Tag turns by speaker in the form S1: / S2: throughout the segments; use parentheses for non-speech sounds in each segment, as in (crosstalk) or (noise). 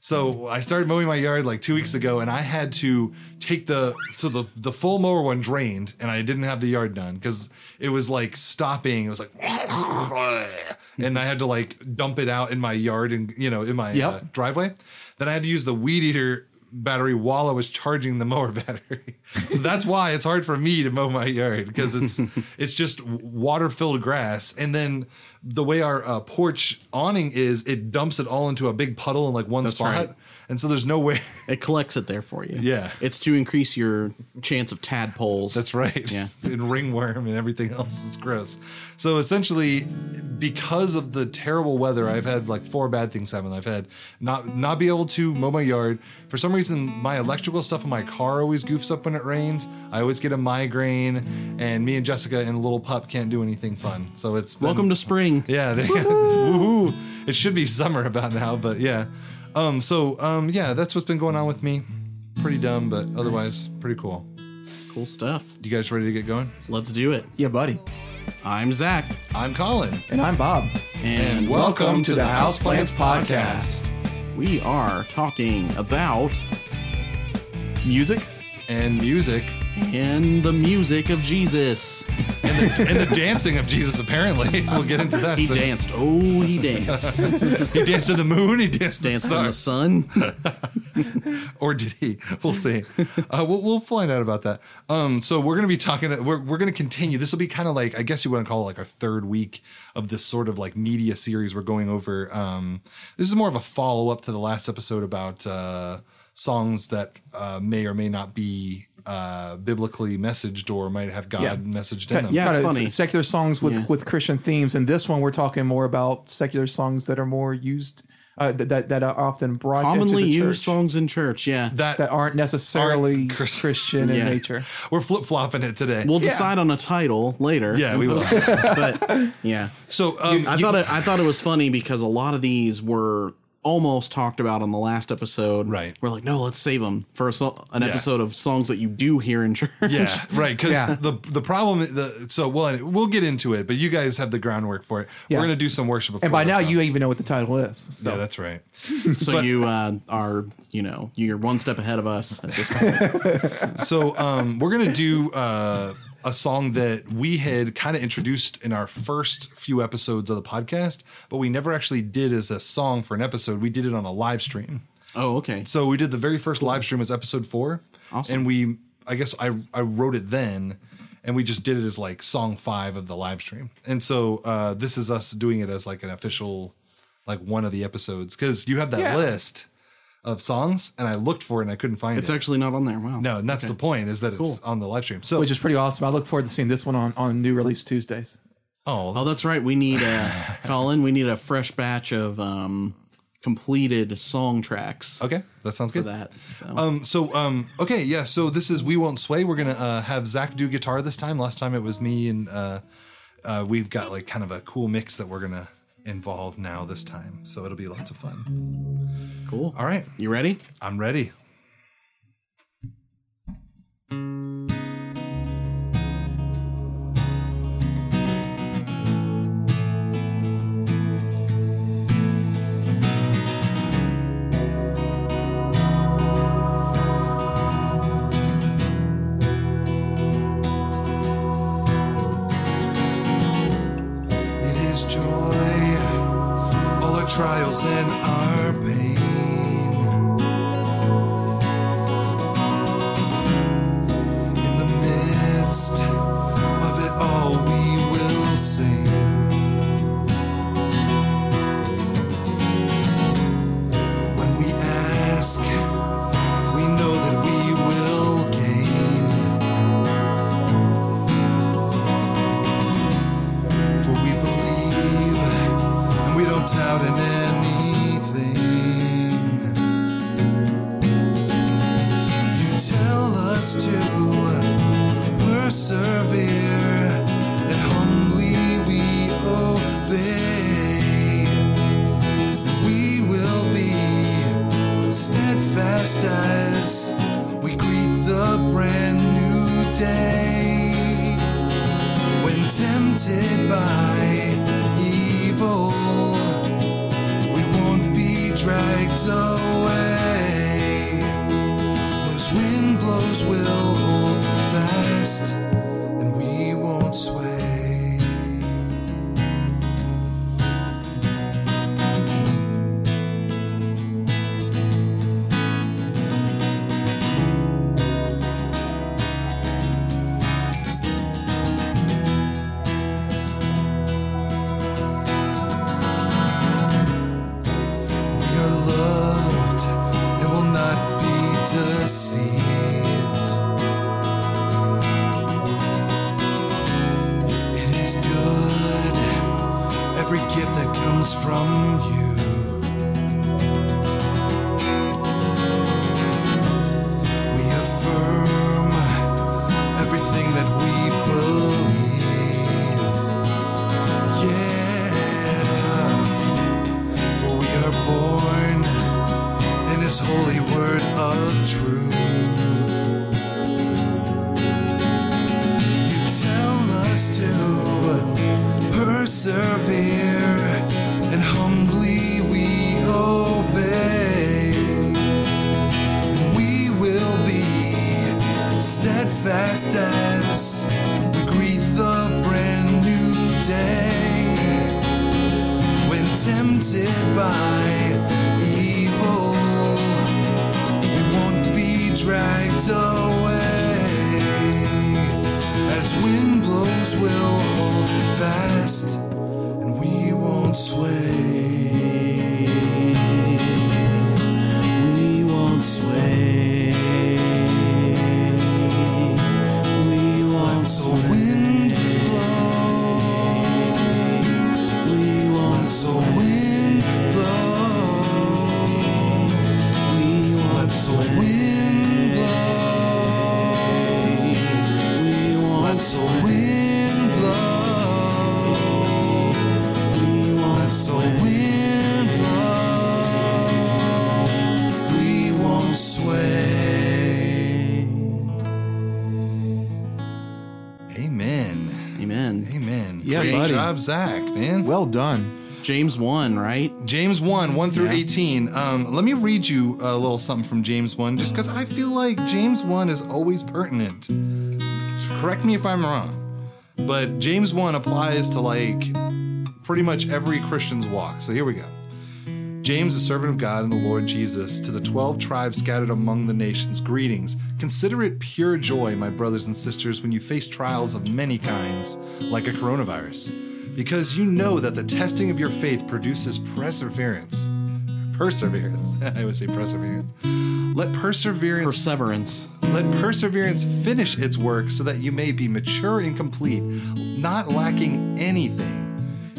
S1: So I started mowing my yard like two weeks ago, and I had to take the so the the full mower one drained, and I didn't have the yard done because it was like stopping. It was like, (laughs) and I had to like dump it out in my yard and you know in my
S2: Yep.
S1: uh, driveway. Then I had to use the weed eater battery while I was charging the (laughs) mower battery. so that's why it's hard for me to mow my yard because it's it's just water filled grass. And then the way our uh, porch awning is, it dumps it all into a big puddle in like one spot.
S2: right.
S1: And so there's no way. (laughs)
S2: It collects it there for you.
S1: Yeah.
S2: It's to increase your chance of tadpoles.
S1: That's right. (laughs)
S2: Yeah.
S1: and ringworm and everything else is gross. So essentially, because of the terrible weather, I've had like four bad things happen. I've had not not be able to mow my yard. For some reason, my electrical stuff in my car always goofs up when it rains. I always get a migraine, and me and Jessica and little pup can't do anything fun. So it's been-
S2: Welcome to spring.
S1: yeah, they, (laughs) woohoo! It should be summer about now, but yeah. Um, so um, yeah, that's what's been going on with me. Pretty dumb, but otherwise pretty cool.
S2: Cool stuff.
S1: You guys ready to get going?
S2: Let's do it.
S3: Yeah, buddy.
S2: I'm Zach.
S1: I'm Colin.
S3: And I'm Bob.
S2: And
S3: welcome to the Houseplants Podcast.
S2: we are talking about
S3: Music?
S1: And music.
S2: and the music of Jesus.
S1: And
S3: (laughs)
S1: the dancing of Jesus, apparently. (laughs) We'll get into that.
S2: He
S1: So
S2: danced. Oh,
S1: (laughs)
S2: he danced.
S1: he danced to the moon. He danced, (laughs)
S2: danced
S1: to
S2: in the
S1: the stars.
S2: sun.
S1: Or did he? We'll see. Uh, we'll, we'll find out about that. Um, so we're going to be talking, we're, we're going to continue. This will be kind of like, I guess you want to call it like our third week of this sort of like media series we're going over. Um, this is more of a follow up to the last episode about uh, songs that uh, may or may not be uh, biblically messaged or might have God
S3: Yeah.
S1: messaged in them.
S2: Yeah, it's
S3: Kinda
S2: funny.
S3: secular songs with,
S2: Yeah.
S3: with Christian themes. And this one, we're talking more about secular songs that are more used, uh, that, that, that are often brought
S2: Commonly
S3: into the church
S2: used songs in church. Yeah.
S1: That,
S3: that aren't necessarily
S1: aren't Chris-
S3: Christian in
S2: Yeah.
S3: nature.
S1: we're flip flopping it today.
S2: We'll decide on a title later.
S1: Yeah, we will.
S2: (laughs) but yeah,
S1: So um,
S2: I
S1: you-
S2: thought it, I thought it was funny because a lot of these were almost talked about on the last episode.
S1: Right.
S2: We're like, no, let's save them for a so- an
S1: Yeah.
S2: episode of songs that you do hear in church.
S1: yeah, right. Because
S3: Yeah.
S1: the the problem the so well we'll get into it, but you guys have the groundwork for it.
S3: Yeah.
S1: We're gonna do some worship. Before
S3: And by
S1: the
S3: now,
S1: song.
S3: you even know what the title is. So
S1: yeah, that's right.
S2: (laughs) so you uh, are, you know, you're one step ahead of us at this
S1: (laughs)
S2: point.
S1: So um, we're gonna do uh, a song that we had kind of introduced in our first few episodes of the podcast, but we never actually did as a song for an episode. We did it on a live stream.
S2: oh, okay.
S1: So we did the very first live stream was episode four.
S2: Awesome.
S1: And we, I guess I, I wrote it then and we just did it as like song five of the live stream. And so, uh, this is us doing it as like an official, like one of the episodes. Cause you have that
S3: Yeah.
S1: list of songs and I looked for it and I couldn't find
S2: It's
S1: it.
S2: actually not on there. Wow.
S1: no. And that's the point is that it's on the live stream. So,
S3: Which is pretty awesome. I look forward to seeing this one on, on new release Tuesdays.
S2: Oh,
S1: oh,
S2: that's right. We
S1: (laughs)
S2: need a Colin. We need a fresh batch of um, completed song tracks.
S1: okay. That sounds good.
S2: For that. So.
S1: Um, so, um, okay. Yeah. So this is, we won't sway. We're going to, uh, have Zach do guitar this time. Last time it was me and, uh, uh, we've got like kind of a cool mix that we're gonna involve now this time. So it'll be lots of fun.
S2: cool.
S1: All right,
S2: You ready?
S1: I'm ready. It is joy, all our trials and our pain. In the midst of it all, we will sing. When we ask, we know that we will gain. For we believe and we don't doubt in anything. You tell us to persevere and humbly we obey. We will be steadfast as we greet the brand new day when tempted by evil, we won't be dragged away. roots will hold fast and we won't sway. We are loved and will not be deceived. It is good, every gift that comes from you. We affirm everything that we believe. Yeah. For we are born in His holy word of truth. You tell us to persevere, and humbly we obey. We will be steadfast as we greet the brand new day when tempted by evil, we won't be dragged away. As wind blows, we'll hold fast and we won't sway.
S2: We won't sway. We won't
S1: So wind blow,
S2: We won't
S1: so wind blow,
S2: We won't
S1: so wind blow.
S2: We won't
S1: Let the wind blow.
S2: We
S1: Let the wind blow.
S2: won't
S1: We won't sway. Amen.
S2: Amen.
S1: Amen.
S3: Yeah,
S1: Great
S3: buddy.
S1: job, Zach, man.
S3: Well done.
S2: James 1, right?
S1: James 1, 1 through 18. Um, let me read you a little something from James 1, just because I feel like James 1 is always pertinent. Correct me if I'm wrong, but James 1 applies to like pretty much every Christian's walk. So here we go. James, a servant of God and the Lord Jesus, to the 12 tribes scattered among the nations, greetings. Consider it pure joy, my brothers and sisters, when you face trials of many kinds, like a coronavirus, because you know that the testing of your faith produces perseverance. Perseverance. (laughs) I always say perseverance. Let perseverance
S2: Perseverance.
S1: let perseverance finish its work so that you may be mature and complete, not lacking anything.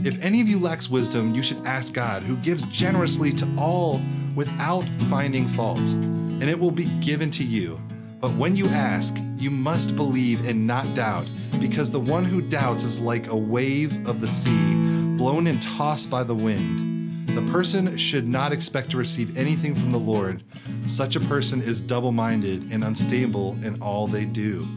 S1: If any of you lacks wisdom, you should ask God, who gives generously to all without finding fault, and it will be given to you. But when you ask, you must believe and not doubt, because the one who doubts is like a wave of the sea, blown and tossed by the wind. The person should not expect to receive anything from the Lord. Such a person is double minded and unstable in all they do.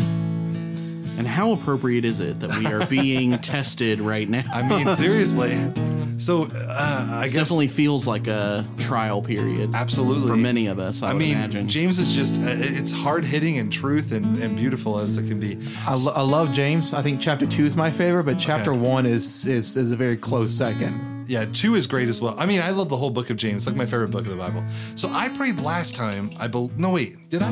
S2: And how appropriate is it that we are
S1: (laughs)
S2: being tested right now?
S1: I
S2: (laughs)
S1: mean, seriously. So, uh, I
S2: It
S1: guess.
S2: definitely feels like a trial period
S1: Absolutely.
S2: for many of us, I,
S1: I
S2: would
S1: mean,
S2: imagine.
S1: James is just, uh, it's hard hitting and truth and, and beautiful as it can be.
S3: I, lo- I love James. I think chapter two is my favorite, but chapter
S1: Okay.
S3: one is, is is a very close second.
S1: Yeah, two is great as well. I mean, I love the whole book of James, it's like my favorite book of the Bible. So, I prayed last time. I bel No, wait, did I?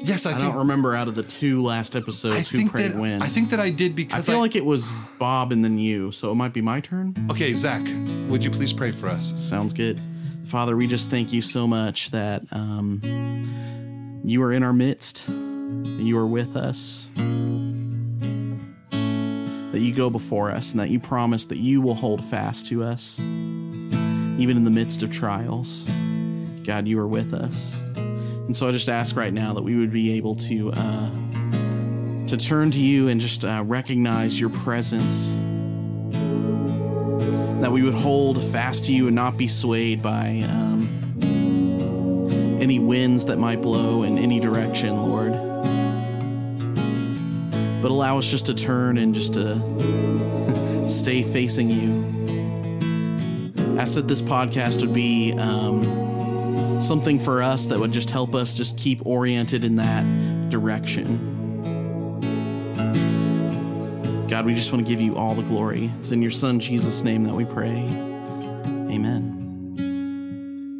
S1: Yes, I,
S2: I
S1: think.
S2: don't remember out of the two last
S1: I
S2: episodes who
S1: think,
S2: prayed
S1: that,
S2: when.
S1: I think that I did because
S2: I feel like it was Bob and then you, so it might be my turn.
S1: Okay, Zach, would you please pray for us?
S2: Sounds good. Father, we just thank you so much that um, you are in our midst, that you are with us, that you go before us, and that you promise that you will hold fast to us, even in the midst of trials. God, you are with us. And so I just ask right now that we would be able to. Uh, to turn to you and just uh, recognize your presence that we would hold fast to you and not be swayed by um, any winds that might blow in any direction, Lord. But allow us just to turn and just to (laughs) stay facing you. Ask that this podcast would be um, something for us that would just help us just keep oriented in that direction. God, we just want to give you all the glory. It's in your Son, Jesus' name, that we pray. Amen.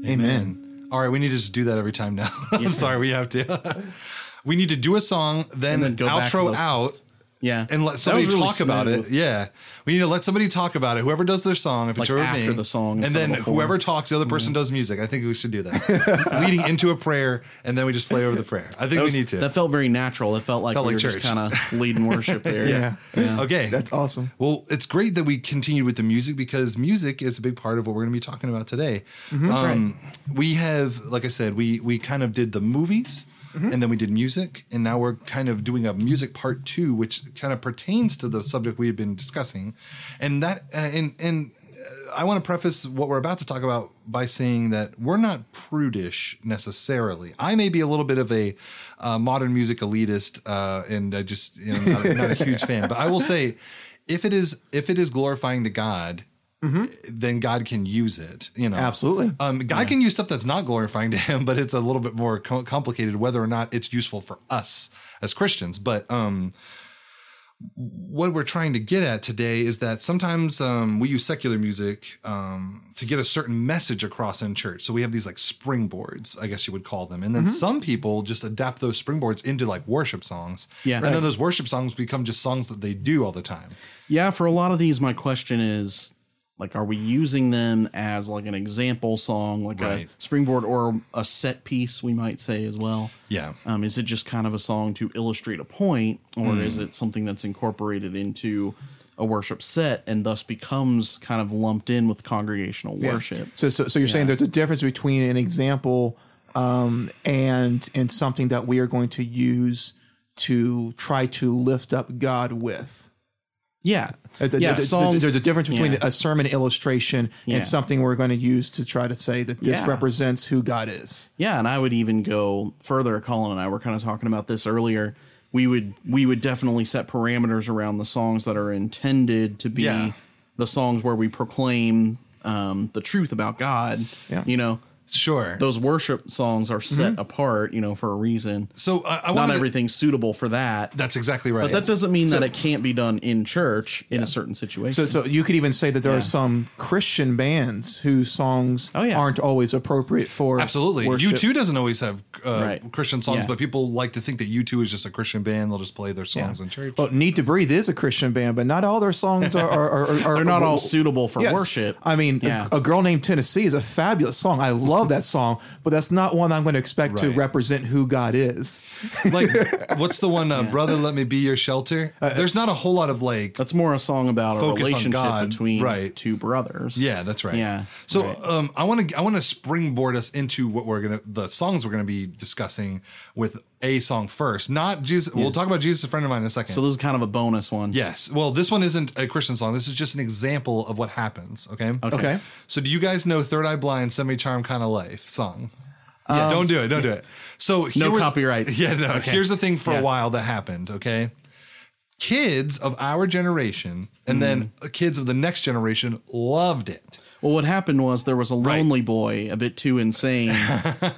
S1: Amen. All right, we need to just do that every time now. (laughs) I'm sorry, we have to. (laughs) we need to do a song, then,
S2: And then go back to
S1: outro
S2: those-
S1: out,
S2: Yeah.
S1: and let
S2: That
S1: somebody
S2: was really
S1: talk about
S2: smooth.
S1: it. Yeah, we need to let somebody talk about it. Whoever does their song, if
S2: Like
S1: it's over
S2: after
S1: me,
S2: the song
S1: and
S2: instead of
S1: then
S2: before. Mm-hmm.
S1: whoever talks, the other person does music. I think we should do that, (laughs) leading into a prayer, and then we just play over the prayer. I think
S2: That was-
S1: we need to.
S2: That felt very natural. It felt like
S1: Felt
S2: we
S1: like
S2: were just
S1: church.
S2: kind of leading worship there.
S1: (laughs)
S3: Yeah.
S1: okay,
S3: (laughs) That's awesome.
S1: Well, it's great that we continued with the music because music is a big part of what we're going to be talking about today. Um, We have, like I said, we we kind of did the movies. And then we did music, and now we're kind of doing a music part two, which kind of pertains to the subject we had been discussing, and that uh, and and uh, I want to preface what we're about to talk about by saying that we're not prudish necessarily. I may be a little bit of a uh, modern music elitist, uh, and I just you know, not, not a huge fan. But I will say, if it is if it is glorifying to God, then God can use it. You know,
S3: Absolutely.
S1: um, God can use stuff that's not glorifying (laughs) to Him, but it's a little bit more co- complicated whether or not it's useful for us as Christians. But um, what we're trying to get at today is that sometimes um, we use secular music um, to get a certain message across in church. So we have these like springboards, I guess you would call them. And then
S2: Mm-hmm.
S1: some people just adapt those springboards into like worship songs.
S2: Yeah.
S1: And
S2: Right.
S1: then those worship songs become just songs that they do all the time.
S2: Yeah, for a lot of these, my question is like, are we using them as like an example song, like
S1: Right.
S2: a springboard or a set piece, we might say as well?
S1: Yeah.
S2: Um, is it just kind of a song to illustrate a point, or
S1: Hmm.
S2: is it something that's incorporated into a worship set and thus becomes kind of lumped in with congregational worship?
S3: So, so, so you're saying there's a difference between an example um, and and something that we are going to use to try to lift up God with.
S2: Yeah.
S3: There's a,
S2: yeah,
S3: there's,
S2: songs-
S3: there's a difference between
S2: yeah.
S3: a sermon illustration
S2: Yeah.
S3: and something we're going to use to try to say that this
S2: Yeah.
S3: represents who God is.
S2: Yeah, and I would even go further. Colin and I were kind of talking about this earlier. We would we would definitely set parameters around the songs that are intended to be
S1: Yeah.
S2: the songs where we proclaim um, the truth about God.
S3: Yeah.
S2: You know,
S1: Sure.
S2: those worship songs are set apart, you know, for a reason.
S1: Mm-hmm. so I, I
S2: Not
S1: wanted to-
S2: everything's suitable for that.
S1: that's exactly right.
S2: but that doesn't mean that it can't be done in church in a certain situation.
S3: So, so you could even say that there are some Christian bands whose songs
S2: Oh, yeah.
S3: aren't always appropriate for
S1: Absolutely.
S3: worship.
S1: U2 doesn't always have uh,
S2: Right.
S1: Christian songs,
S2: Yeah.
S1: but people like to think that U2 is just a Christian band. They'll just play their songs in church.
S3: Well, Need to Breathe is a Christian band, but not all their songs are. are, are, are
S2: They're not
S3: are-
S2: all suitable for
S3: Yes.
S2: worship.
S3: I mean, a-
S2: Yeah.
S3: a, girl named Tennessee is a fabulous song. I love that song, but that's not one I'm going to expect to
S1: Right.
S3: represent who God is.
S1: (laughs) like, what's the one, uh, Brother, Let Me Be Your Shelter?
S2: Uh,
S1: There's not a whole lot of like,
S2: That's more a song about a
S1: Focus on
S2: relationship
S1: God,
S2: between
S1: right.
S2: two brothers.
S1: yeah, that's right.
S2: Yeah,
S1: So
S2: right.
S1: um, I want to I want to springboard us into what we're gonna the songs we're gonna be discussing with a song first. Not Jesus. We'll talk about Jesus, a friend of mine, in a second.
S2: So this is kind of a bonus one.
S1: yes. Well, this one isn't a Christian song. This is just an example of what happens. Okay.
S3: Okay.
S1: So do you guys know Third Eye Blind, Semi Charm Kind of Life song? Yeah, don't do it. Don't do it. So here
S2: Uh, No
S1: was-
S2: copyright.
S1: (laughs) Yeah, no. Here's the thing for
S2: Yeah.
S1: a while that happened, okay? Kids of our generation and then
S2: Mm-hmm.
S1: kids of the next generation loved it.
S2: Well, what happened was there was a lonely boy, a bit too
S1: (laughs)
S2: insane,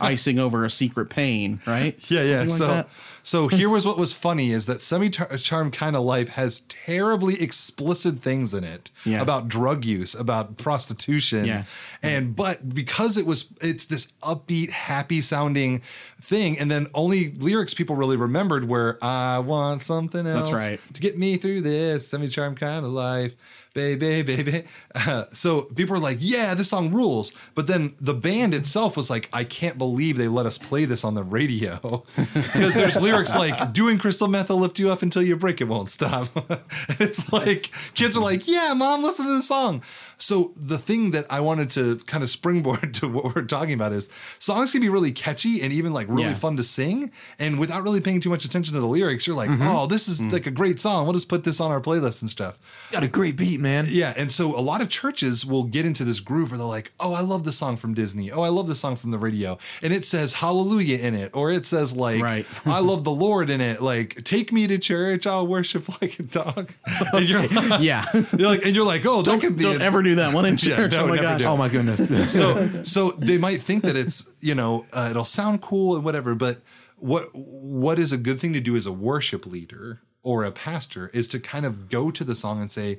S2: icing over a secret pain, right?
S1: Yeah, yeah.
S2: Something
S1: so
S2: like that.
S1: so here was what was funny is that semi charm kind of life has terribly explicit things in it
S2: Yeah.
S1: about drug use, about prostitution.
S2: Yeah.
S1: And but because it was it's this upbeat, happy sounding thing, and then only lyrics people really remembered were I want something else
S2: right.
S1: to get me through this semi charm kind of life. Baby, baby. Uh, so people were like, yeah, this song rules. But then the band itself was like, I can't believe they let us play this on the radio. (laughs) Because there's lyrics like, doing crystal meth will lift you up until you break it won't stop. (laughs) it's like, kids are like, yeah, mom, listen to this song. So the thing that I wanted to kind of springboard (laughs) to what we're talking about is songs can be really catchy and even like really
S2: Yeah.
S1: fun fun to sing and without really paying too much attention to the lyrics you're like
S2: Mm-hmm.
S1: oh this is
S2: Mm.
S1: like a great song we'll just put this on our playlist and stuff
S3: It's got a great beat, man.
S1: yeah and so a lot of churches will get into this groove where they're like oh i love this song from disney oh i love this song from the radio and it says hallelujah in it or it says like
S2: Right.
S1: (laughs) i love the lord in it like take me to
S2: (laughs)
S1: church i'll worship (laughs) like a dog and (laughs) you're like,
S2: yeah.
S1: you're like and you're like oh that
S2: Don't,
S1: could be
S2: don't
S1: an-
S2: ever do do that one in
S1: (laughs) Yeah,
S2: church.
S1: that
S2: oh
S1: would
S2: my
S1: never
S2: gosh.
S1: do.
S3: Oh my goodness.
S1: so so they might think that it's you know uh, it'll sound cool and whatever but what what is a good thing to do as a worship leader or a pastor is to kind of go to the song and say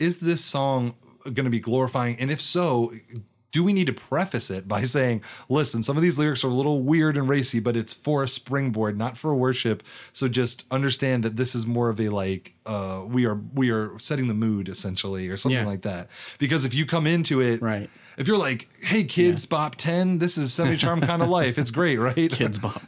S1: is this song going to be glorifying and if so do we need to preface it by (laughs) saying listen some of these lyrics are a little weird and racy but it's for a springboard not for worship so just understand that this is more of a like uh we are we are setting the mood essentially or something
S2: Yeah.
S1: like that because if you come into it
S2: Right.
S1: if you're like, hey, kids, bop 10, this is semi charm kind of life. It's great, right?
S2: (laughs) Kids bop.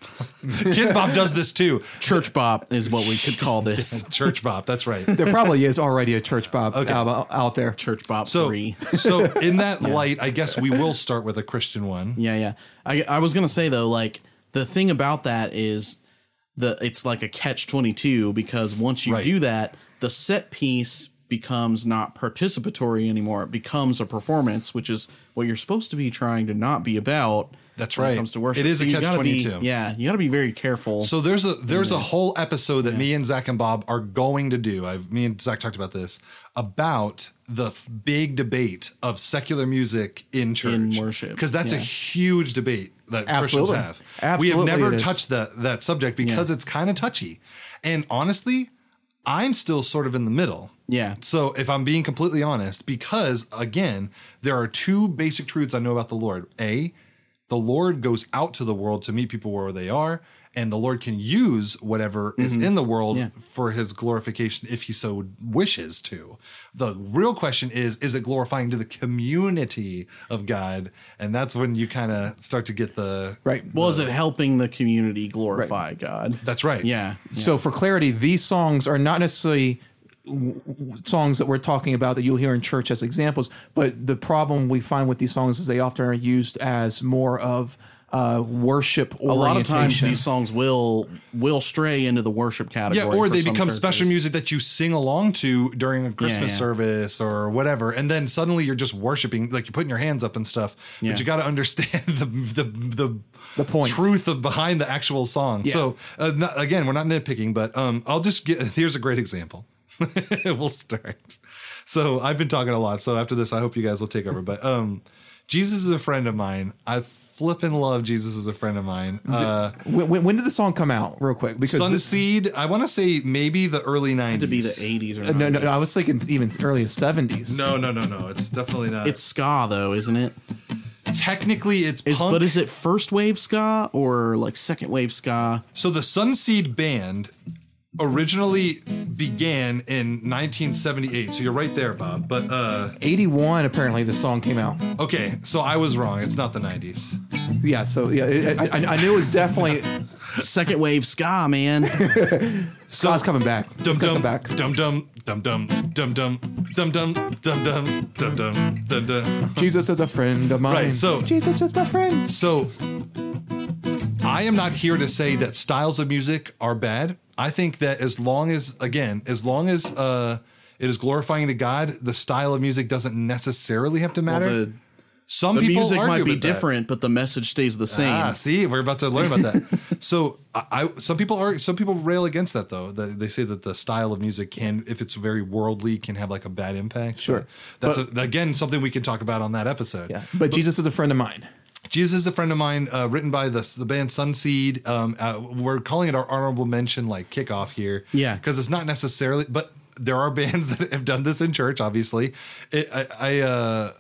S1: kids bop does this too.
S2: Church bop is what we could
S1: (laughs)
S2: call this.
S1: Church bop, that's right.
S3: there probably is already a church
S2: (laughs)
S3: bob album out there.
S2: Church bop
S1: So,
S2: three.
S1: so in that light, I guess we will start with a Christian one.
S2: Yeah, yeah. I I was gonna say though, like the thing about that is the it's like a catch twenty two because once you
S1: Right.
S2: do that, the set piece becomes not participatory anymore. It becomes a performance, which is what you're supposed to be trying to not be about.
S1: That's
S2: when
S1: right.
S2: It comes to worship.
S1: It is a
S2: you gotta be-
S1: catch-22.
S2: Yeah, you got to be very careful.
S1: So there's a there's a whole episode that me and Zach and Bob are going to do. I've me and Zach talked about this about the f- big debate of secular music in church
S2: In worship,
S1: because that's a
S2: yeah.
S1: huge debate that
S3: Absolutely.
S1: Christians have. we
S3: Absolutely
S1: have never
S3: it is.
S1: touched that that subject because it's kind of touchy, and honestly, I'm still sort of in the middle.
S2: yeah,
S1: So, if I'm being completely honest, because again, there are two basic truths I know about the Lord. A, the Lord goes out to the world to meet people where they are, and the Lord can use whatever is in the world
S2: Yeah.
S1: for his glorification if he so wishes to. The real question is is it glorifying to the community of God? And that's when you kind of start to get the
S3: Right.
S2: well, is it helping the community glorify God?
S1: That's right.
S2: yeah,
S3: So for clarity, these songs are not necessarily w- w- songs that we're talking about that you'll hear in church as examples. But the problem we find with these songs is they often are used as more of uh, worship orientation.
S2: a lot of times these songs will will stray into the worship
S1: Yeah,
S2: category.
S1: or
S2: for
S1: they
S2: some
S1: become
S2: churches.
S1: special music that you sing along to during a Christmas
S2: yeah.
S1: service or whatever, and then suddenly you're just worshiping, like you're putting your hands up and stuff.
S2: Yeah.
S1: But you got to understand (laughs) the the the,
S3: The point.
S1: truth of behind the actual song. So uh, not, again, we're not nitpicking, but um, I'll just get (laughs) here's a great example. (laughs) we'll start. So I've been talking a lot. So after this, I hope you guys will take over. But um, Jesus is a friend of mine. I flippin' love Jesus is a friend of mine. Uh,
S3: When, when, when did the song come out? Real quick, because this,
S1: Sunseed, I want to say maybe the early 90s.
S2: to be the '80s or
S3: Uh, no, no,
S2: 90s.
S3: no, I was thinking even early seventies.
S1: No, no, no, no. It's definitely not.
S2: It's ska though, isn't it?
S1: technically it's
S2: Is,
S1: punk.
S2: but is it first wave ska or like second wave ska?
S1: so the Sunseed band originally began in 1978. So you're right there, Bob. But uh
S3: Eighty-one, apparently the song came out.
S1: okay, so I was wrong. It's not the 90s.
S3: Yeah, so yeah, it, I, I- I knew it was definitely
S1: (laughs)
S2: Second wave ska, man.
S3: Scott's coming back.
S1: Dum
S3: It's gonna
S1: dum
S3: come back.
S1: dum dum dum dum dum dum dum dum dum dum dum dum dum dum.
S3: Jesus is a friend of mine.
S1: Right, so-
S3: Jesus is my friend.
S1: So I am not here to say that styles of music are bad. I think that as long as again, as long as uh it is glorifying to God, the style of music doesn't necessarily have to matter.
S2: the
S1: Some
S2: the
S1: people
S2: music
S1: argue
S2: might be
S1: with that.
S2: different, but the message stays the same.
S1: Ah, see, we're about to learn about
S2: (laughs)
S1: that. so, I, I some people are some people rail against that though. They, they say that the style of music can, if it's very worldly, can have like a bad impact.
S3: Sure.
S1: that's a, again something we can talk about on that episode.
S3: Yeah, but Jesus is a friend of mine.
S1: Jesus is a friend of mine, uh, written by the the band Sunseed. Um, uh, we're calling it our honorable mention, like kickoff here.
S2: Yeah.
S1: because it's not necessarily, but there are (laughs) bands that have done this in church. Obviously, it, I I, uh,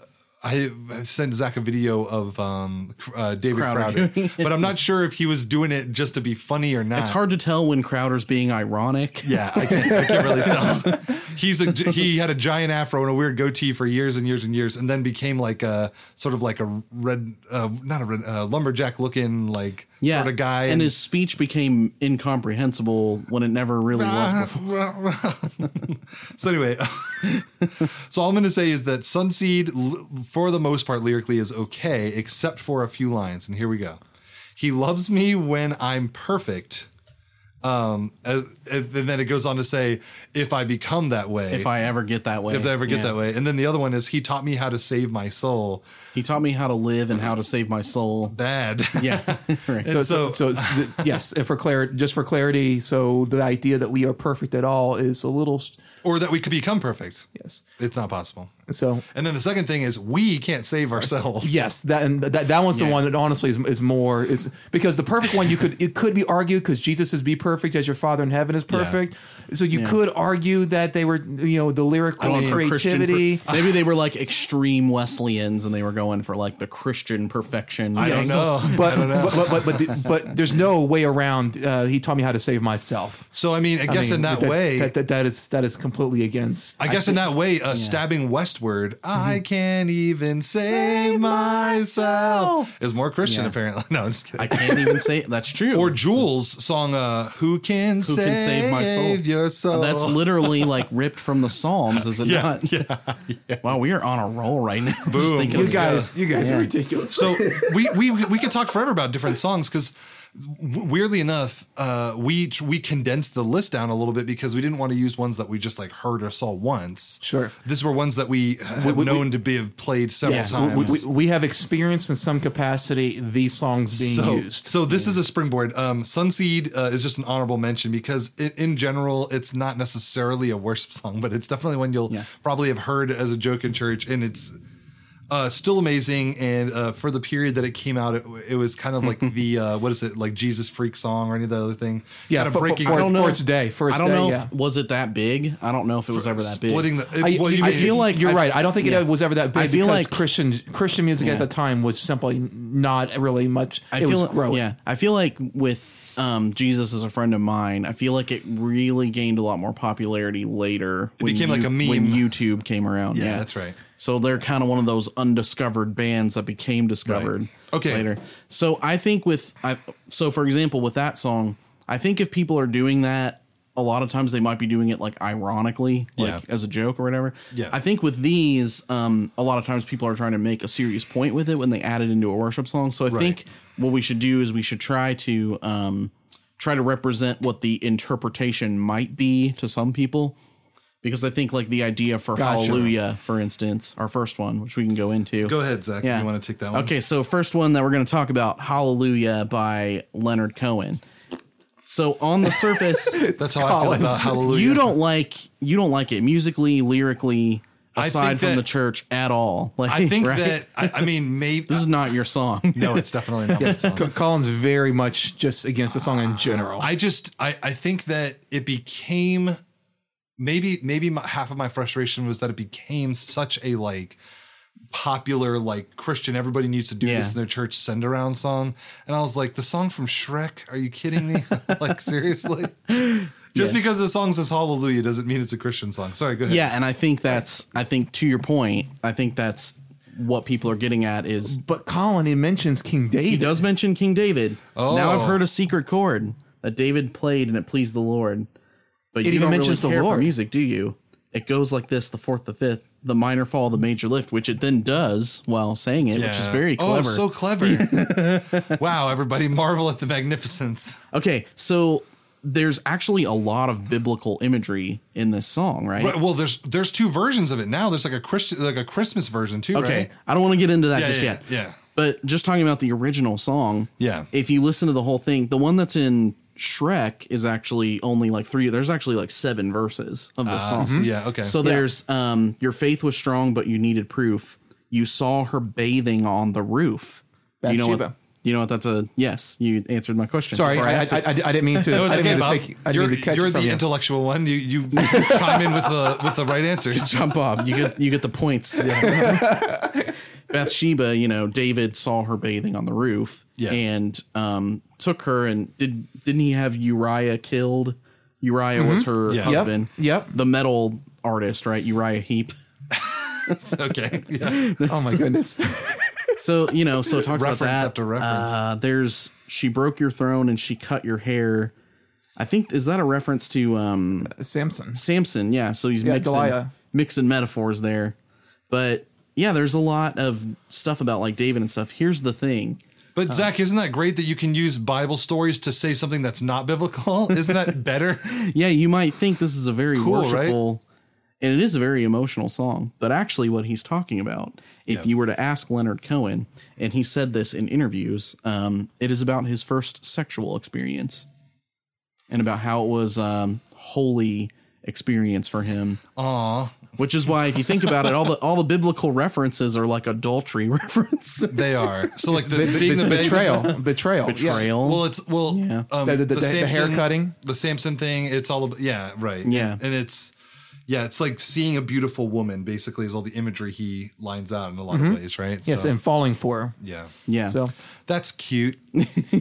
S1: I sent Zach a video of um, uh, David
S2: Crowder.
S1: Crowder,
S2: (laughs)
S1: but I'm not sure if he was doing it just to be funny or not.
S2: It's hard to tell when Crowder's being ironic.
S1: ah. Yeah, I can't, I can't really tell. (laughs) He's a he had a giant afro and a weird goatee for years and years and years, and then became like a sort of like a red, uh, not a red uh, lumberjack looking like
S2: Yeah,
S1: sort of guy.
S2: and his speech became incomprehensible when it never
S1: Ah.
S2: really was (laughs) before.
S1: (laughs) so anyway, so all I'm going to say is that Sunseed, l- for the most part, lyrically is okay, except for a few lines. And here we go. He loves me when I'm perfect. Um, as- and then it goes on to say, if I become that way,
S2: If I ever get that way,
S1: if they ever get
S2: Yeah.
S1: that way. And then the other one is he taught me how to save my soul.
S2: he taught me how to live and how to save
S1: (laughs)
S2: my soul.
S1: Bad.
S2: Yeah, (laughs) right.
S3: So, so,
S1: so-
S3: so it's the- (laughs) yes, if for clarity, just for clarity, so the idea that we are perfect at all is a little
S1: or that we could become perfect.
S3: yes.
S1: It's not possible.
S3: So
S1: And then the second thing is we can't save ourselves.
S3: Yes, that and that, that one's the
S2: Yeah.
S3: one that honestly is, is more is because the perfect one you could it could be argued because Jesus is be perfect as your Father in heaven is perfect. So you could argue that they were you know the lyrical
S2: Going for Christian per-
S3: creativity.
S1: Ah.
S2: maybe they were like extreme Wesleyans and they were going for like the Christian perfection.
S1: I don't
S2: Yes.
S1: know. Oh, (laughs) I
S3: But,
S1: don't know.
S3: but but but but, the, but there's no way around. Uh, he taught me how to save myself.
S1: so I mean, I guess
S3: mean,
S1: in that, way,
S3: that, that, that is that is completely against.
S1: I guess in that way, uh, stabbing westward, I can't even save myself is more Christian
S2: Yeah.
S1: apparently. (laughs) No, I'm just kidding.
S2: I can't even say that's true.
S1: or Jules' song, uh, "Who Can Who Save,
S2: Save My Soul?
S1: Your Soul."
S2: that's literally like ripped from the Psalms, is it
S1: Yeah,
S2: not? Yeah, Wow, we are on a roll right now. (laughs) Just
S1: Boom.
S2: thinking
S3: you
S2: of-
S3: guys, you guys
S2: Yeah.
S3: are ridiculous.
S1: so we we we could talk forever about different songs because weirdly enough uh we we condensed the list down a little bit because we didn't want to use ones that we just like heard or saw once
S3: Sure.
S1: these were ones that we have
S3: we-
S1: known to be have played several times
S3: we, we, we have experienced in some capacity these songs being
S1: so,
S3: used.
S1: So
S2: Hmm.
S1: this is a springboard. Um, Sunseed uh, is just an honorable mention because it, in general, it's not necessarily a worship (laughs) song, but it's definitely one you'll
S2: Yeah.
S1: probably have heard as a joke in church, and it's uh, still amazing. And uh, for the period that it came out, it, it was kind
S2: (laughs)
S1: of like the uh, what is it like Jesus freak song or any of the other thing?
S3: Yeah,
S1: kind of
S3: for- for-
S1: breaking.
S3: for-
S2: I don't know.
S3: for its day, for its
S2: I don't
S3: day,
S2: know.
S3: yeah.
S2: If, was it that big? I don't know if it was ever that big.
S1: splitting the. it-
S3: I,
S1: well, you
S3: I
S1: mean,
S3: feel
S1: it's-
S3: like you're
S2: I-
S3: right. I don't think
S2: yeah.
S3: it was ever that big.
S2: I feel
S3: because
S2: like-
S3: Christian Christian music at
S2: Yeah.
S3: the time was simply not really much.
S2: I
S3: it
S2: feel
S3: was growing.
S2: yeah. I feel like with um, Jesus as a friend of mine, I feel like it really gained a lot more popularity later. It
S1: became like a meme.
S2: when YouTube came around.
S1: Yeah,
S2: Yeah,
S1: that's right.
S2: So they're kind of one of those undiscovered bands that became discovered.
S1: Right. Okay.
S2: later. So I think with I, so for example with that song, I think if people are doing that, a lot of times they might be doing it like ironically, like
S1: Yeah.
S2: as a joke or whatever.
S1: Yeah.
S2: I think with these, um, a lot of times people are trying to make a serious point with it when they add it into a worship song. So I think what we should do is we should try to um, try to represent what the interpretation might be to some people. Because I think like the idea for
S3: Gotcha.
S2: Hallelujah, for instance, our first one, which we can go into.
S1: Go ahead, Zach.
S2: Yeah.
S1: You want to take that one?
S2: Okay, so first one that we're going to talk about, Hallelujah by Leonard Cohen. So on
S1: (laughs)
S2: the surface,
S1: That's how I feel
S2: (laughs)
S1: about Hallelujah.
S2: you don't like you don't like it musically, lyrically,
S1: think
S2: aside from
S1: that-
S2: the church at all. Like
S1: I think
S2: (laughs) right?
S1: that I, I mean maybe.
S2: this is not your
S1: (laughs)
S2: song. (laughs)
S1: no, it's definitely not that song.
S3: Co- Colin's very much just against the song in general.
S1: I just I I think that it became maybe maybe my, half of my frustration was that it became such a like popular like Christian everybody needs to do
S2: Yeah.
S1: this in their church send around song and I was like the song from Shrek are you kidding me (laughs) like
S2: (laughs)
S1: seriously just because the song says hallelujah doesn't mean it's a Christian song sorry go ahead
S2: yeah, and I think that's I think to your point, I think that's what people are getting at is
S3: but Colin, he mentions King
S2: he
S3: David.
S2: does mention King David.
S1: Oh.
S2: Now I've heard a secret chord that David played and it pleased the Lord. But you
S3: even
S2: don't
S3: mentions the
S2: really care for
S3: Lord.
S2: music, do you? It goes like this: the fourth, the fifth, the minor fall, the major lift, which it then does while saying it, which is
S1: Yeah.
S2: very clever.
S1: Oh, so clever.
S2: (laughs)
S1: wow, everybody marvel at the magnificence.
S2: okay, so there's actually a lot of biblical imagery in this song, right?
S1: Right, well, there's there's two versions of it now. There's like a Christian like a Christmas version too,
S2: okay,
S1: right?
S2: I don't want to get into that
S1: Yeah,
S2: just
S1: yeah,
S2: yet.
S1: yeah.
S2: But just talking about the original song,
S1: Yeah.
S2: If you listen to the whole thing, the one that's in Shrek is actually only like three. There's actually like seven verses of the song.
S1: Uh-huh. Yeah, okay.
S2: So there's um, your faith was strong, but you needed proof. You saw her bathing on the roof. You know what?
S3: Bathsheba.
S2: You know what? That's a yes. You answered my question.
S3: Sorry,
S2: before
S3: I, I, I,
S2: asked it.
S3: I didn't mean to.
S1: No, it's
S3: I
S1: okay,
S3: didn't mean
S1: Bob.
S3: to take. I didn't
S1: you're
S3: mean to catch
S1: you're
S3: it
S1: the
S3: from you.
S1: intellectual one. You (laughs) you chime in with the with the right answers.
S2: Jump Bob, you get you get the points. (laughs) Bathsheba, you know, David saw her bathing on the roof
S1: Yeah.
S2: and um, took her and did didn't he have Uriah killed? Uriah was her
S1: Mm-hmm. Yeah. Yep,
S2: husband.
S3: yep.
S2: The metal artist, right? Uriah Heep.
S3: (laughs)
S1: Okay, yeah.
S3: Oh
S2: (laughs)
S3: my goodness.
S2: So, you know, so it talks about
S1: Reference
S2: that.
S1: after reference.
S2: Uh, there's she broke your throne and she cut your hair. I think is that a reference to um
S3: Samson.
S2: Samson, yeah. So he's mixing,
S3: Goliath.
S2: mixing metaphors there. But yeah, there's a lot of stuff about like David and stuff. Here's the thing.
S1: But Zach, isn't that great that you can use Bible stories to say something that's not biblical? (laughs) Isn't that better?
S2: Yeah, you might think this is a very
S1: Cool, right?
S2: worshipful and it is a very emotional song, but actually what he's talking about, if you were to ask Leonard Cohen, and he said this in interviews, um, it is about his first sexual experience and about how it was um holy experience for him.
S1: Aw,
S2: Which is why, if you think about it, all the all the biblical references are like adultery (laughs) references.
S1: They are. So like the,
S3: Be-
S1: seeing
S3: be-
S1: the baby-
S2: (laughs)
S3: betrayal, betrayal, yeah.
S2: Betrayal.
S1: Well, it's well
S2: Yeah.
S1: um,
S3: The- the- the- the haircutting.
S1: the Samson thing. It's all about yeah, right.
S2: Yeah.
S1: and, and it's yeah, it's like seeing a beautiful woman. Basically, is all the imagery he lines out in a lot
S3: Mm-hmm.
S1: of ways, right?
S3: Yes,
S1: So,
S3: and falling for.
S1: yeah,
S2: yeah.
S3: So,
S1: that's cute.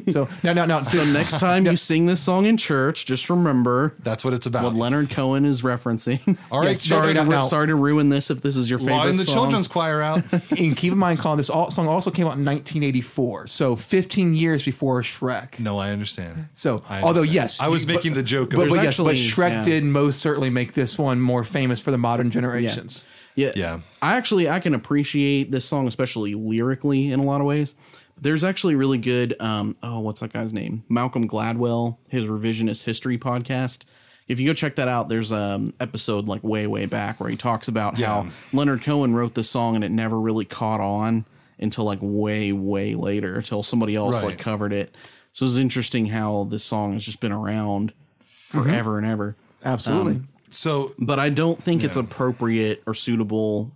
S2: (laughs)
S3: so no, no, no.
S2: So next time you sing this song in church, just remember
S1: That's what it's about.
S2: what Leonard Cohen is referencing.
S1: all right,
S3: Yes,
S1: children,
S2: sorry, to,
S3: check it out.
S2: (laughs) sorry to ruin this if this is your favorite
S1: law in the
S2: song.
S1: children's choir
S3: (laughs)
S1: out.
S3: and keep in mind, Colin, this all, song also came out in 1984, so 15 years before Shrek.
S1: no, I understand.
S3: So,
S1: I
S3: although
S1: understand.
S3: yes,
S1: I was
S3: but-
S1: making the joke.
S3: But,
S1: of,
S3: but
S2: There's
S3: yes, but
S2: actually-
S3: Shrek
S2: yeah.
S3: did most certainly make this one more famous for the modern
S2: yeah.
S3: generations.
S2: yeah,
S1: Yeah.
S2: I actually I can appreciate this song, especially lyrically in a lot of ways. There's actually really good. Um, oh, what's that guy's name? Malcolm Gladwell, his revisionist history podcast. If you go check that out, there's um episode like way way back where he talks about
S1: Yeah.
S2: how Leonard Cohen wrote this song and it never really caught on until like way way later until somebody else
S1: Right.
S2: like covered it. So it's interesting how this song has just been around forever
S1: Mm-hmm.
S2: and ever
S3: Absolutely. (laughs)
S1: so
S2: but I don't think it's appropriate or suitable.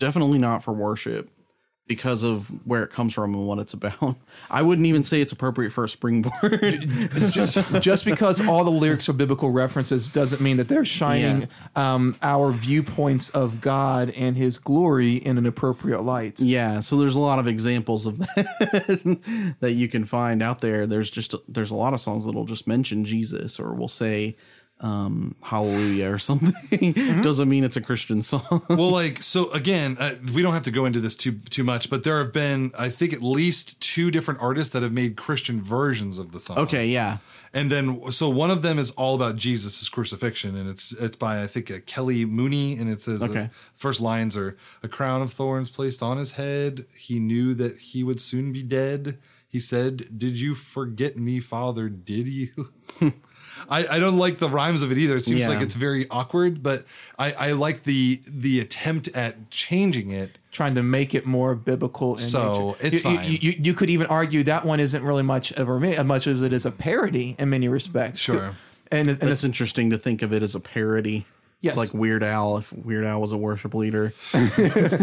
S2: Definitely not for worship because of where it comes from and what it's about. (laughs) I wouldn't even say it's appropriate for a springboard. (laughs)
S3: just, just because all the lyrics are biblical references doesn't mean that they're shining um, our viewpoints of God and His glory in an appropriate light.
S2: yeah, so there's a lot of examples of (laughs) that that you can find out there. There's just there's a lot of songs that'll just mention Jesus or will say um hallelujah or (laughs) something. Doesn't mean it's a Christian song. (laughs)
S1: well, like so again, uh, we don't have to go into this too too much, but there have been I think at least two different artists that have made Christian versions of the song.
S2: okay, yeah.
S1: and then so one of them is all about Jesus' crucifixion, and it's it's by I think uh, Kelly Mooney, and it says uh,
S2: Okay.
S1: first lines are a crown of thorns placed on his head. He knew that he would soon be dead. He said, "Did you forget me, Father? Did
S2: (laughs)
S1: you?" I, I don't like the rhymes of it either. It seems
S2: Yeah.
S1: like it's very awkward, but I, I like the the attempt at changing it.
S3: Trying to make it more biblical. In
S1: So,
S3: nature.
S1: it's
S3: you, you-
S1: fine.
S3: You, you, could even argue that one isn't really much of a remi- as much as it is a parody in many respects.
S1: Sure.
S3: And, and
S2: It's
S3: it's,
S2: interesting to think of it as a parody.
S3: Yes.
S2: It's like Weird Al if Weird Al was a worship leader.
S3: yes,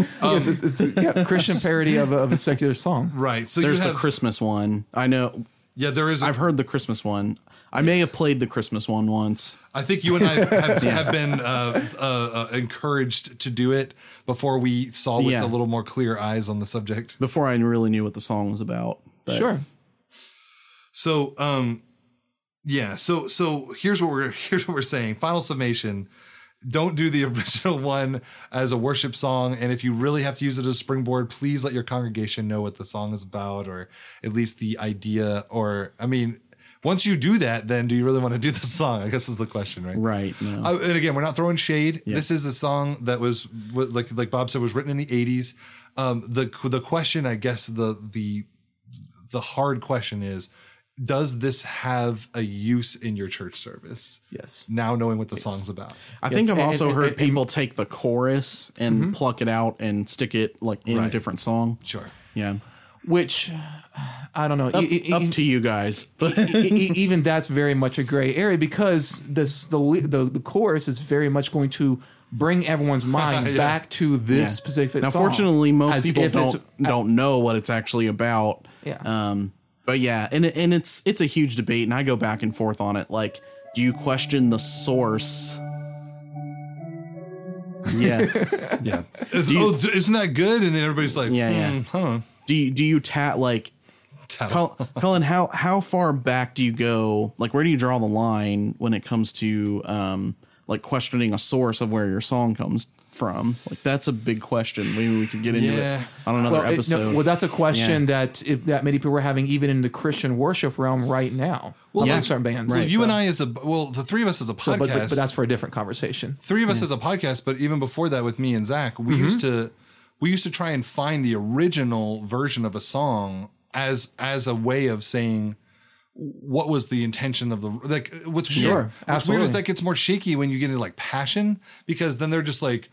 S3: it's, it's a yeah, Christian parody of a, of a secular song.
S1: Right. So
S2: There's
S1: you have,
S2: the Christmas one. I know.
S1: yeah, there is. a-
S2: I've heard the Christmas one. I may have played the Christmas one once.
S1: I think you and I have, have been uh, uh, uh, encouraged to do it before we saw with a
S2: Yeah.
S1: little more clear eyes on the subject.
S2: before I really knew what the song was about. But
S3: Sure.
S1: So, um, yeah. So, so here's what we're (laughs) here's what we're saying. Final summation: Don't do the (laughs) original one as a worship song, and if you really have to use it as a springboard, please let your congregation know what the song is about, or at least the idea. Or, I mean, once you do that, then do you really want to do the song? I guess is the question, right?
S2: Right. No.
S1: I, and again, we're not throwing shade. This is a song that was wa- like like Bob said was written in the '80s. Um, the the question, I guess the the the hard question is, does this have a use in your church service?
S3: Yes.
S1: Now knowing what the song's about,
S2: I think
S3: Yes,
S2: I've
S3: and-
S2: also
S3: and-
S2: heard
S3: and- Mm-hmm.
S2: people take the chorus and pluck it out and stick it like in a
S1: Right.
S2: different song.
S1: sure.
S2: Yeah.
S3: Which I don't know.
S2: Up,
S3: E- e-
S2: up
S3: e-
S2: to you guys.
S3: (laughs) E-
S2: (laughs)
S3: e- even that's very much a gray area because this the li- the, the chorus is very much going to
S2: (laughs)
S3: bring everyone's mind
S1: Yeah.
S3: back to this
S2: Yeah.
S3: specific
S2: now
S3: song.
S2: fortunately most
S3: As
S2: people
S3: if it's-
S2: don't don't know what it's actually about
S3: Yeah.
S2: um but yeah and it- and it's it's a huge debate and i go back and forth on it like do you question the source yeah
S1: (laughs) Yeah. oh, d- isn't that good? And then everybody's like,
S3: (laughs)
S2: yeah yeah
S3: Hmm,
S2: do you do you tat like
S1: tell.
S2: Col- Colin, how how far back do you go? Like, where do you draw the line when it comes to um, like questioning a source of where your song comes from? Like, that's a big question. Maybe we could get into
S1: Yeah.
S2: it on another
S3: well, it- no,
S2: episode.
S3: well, that's a question that if, that many people are having even in the Christian worship realm right now. Well,
S1: yeah.
S3: certain bands.
S1: So you and I as a well, the three of us as a podcast.
S3: So, but, but, but that's for a different conversation.
S1: three of us as a podcast, but even before that with me and Zach,
S2: Mm-hmm.
S1: we used to we used to try and find the original version of a song as as a way of saying what was the intention of the like what's
S3: Sure,
S1: weird, what's weird
S3: absolutely.
S1: is that gets more shaky when you get into like passion because then they're just like